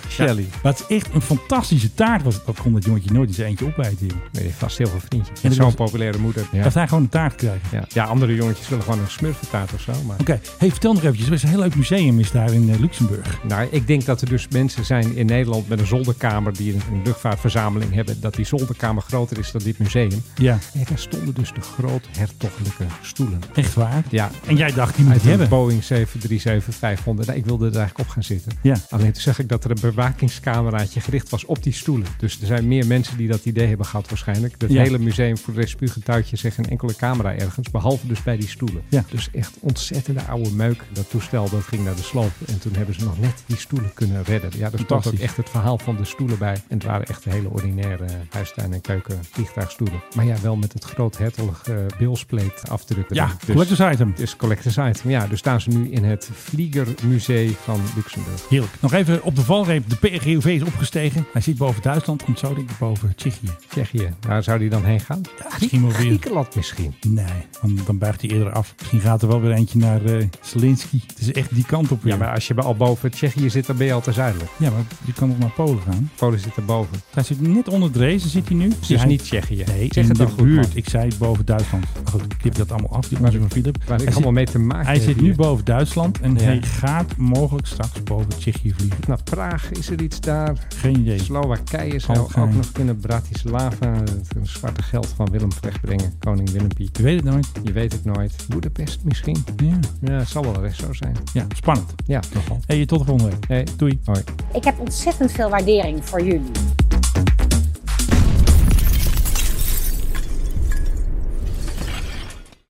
Shelly. Ja, maar het is echt een fantastische taart. Was het. Ook kon dat jongetje nooit eens eentje opwijten. joh. Nee, vast heel veel vriendjes. En En dat zo'n was- populaire moeder. Ja. Dat hij gewoon een taart krijgt. Ja. ja, andere jongetjes willen gewoon een smurfentaart of zo. Maar... Oké, hey, vertel nog eventjes. Er is een heel leuk museum is daar in eh, Luxemburg. Nou, ik denk dat er dus mensen zijn in Nederland met een zolderkamer die een, een luchtvaartverzameling hebben. Dat die zolderkamer groter is dan dit museum. Ja. En daar stonden dus de groot hertogelijke stoelen. Echt waar? Ja. En jij dacht, die moet Uit ik een hebben. Boeing 737-500. Nou, ik wilde er eigenlijk op gaan zitten. Ja. Alleen toen zag ik dat er een bewakingscameraatje gericht was op die stoelen. Dus er zijn meer mensen die dat idee hebben gehad waarschijnlijk. Het Ja. hele museum voor de rest spuugentuitje zegt geen enkele camera ergens. Behalve dus bij die stoelen. Ja. Dus echt ontzettende oude meuk. Dat toestel dat ging naar de sloop. En toen hebben ze nog net die stoelen kunnen redden. Ja, daar stond ook Fantastisch. echt het verhaal van de stoelen bij. En het waren echt hele ordinaire huistuin- en keuken vliegtuigstoelen. Maar ja, wel met het groot hertog eh bilspleet afdruk. Ja, erin. collector's item. Dus Het is collector's item, ja. Dus staan ze nu in het Vliegermuseum van Luxemburg. Heerlijk. Nog even op de valreep. De PGOV is opgestegen. Hij zit boven Duitsland. Komt zo denk ik boven Tsjechië. Tsjechië, waar zou die dan heen gaan? Misschien wel weer. Griekenland misschien. Nee, dan, dan buigt hij eerder af. Misschien gaat er wel weer eentje naar eh Zelensky. Het is echt die kant op weer. Ja, maar als je al boven Tsjechië zit, dan ben je al te zuidelijk. Ja, maar je kan nog naar Polen gaan. Polen zit erboven. Hij zit net onder Dresden, zit hij nu. Dus Dus niet Tsjechië. Nee, zeg in het de dan goed, buurt. man. Ik zei boven Duitsland. Maar Goed, ik knip dat allemaal af, die Waar onzin van ik- Philip. Waar ik Hij zit- allemaal mee te maken Hij heb zit nu hier. boven Duitsland en Ja. hij gaat mogelijk straks boven Tsjechië vliegen. Naar Praag is er iets daar. Geen idee. Slowakije zou Algerijn. ook nog kunnen Bratislava het zwarte geld van Willem wegbrengen. Koning Willempie. Je weet het nooit. Je weet het nooit. Boedapest misschien. Ja, Ja, het zal wel recht zo zijn. ja spannend. Ja, nogal. Hey, tot de volgende week. Hey, Doei. Hoi. Ik heb ontzettend veel waardering voor jullie.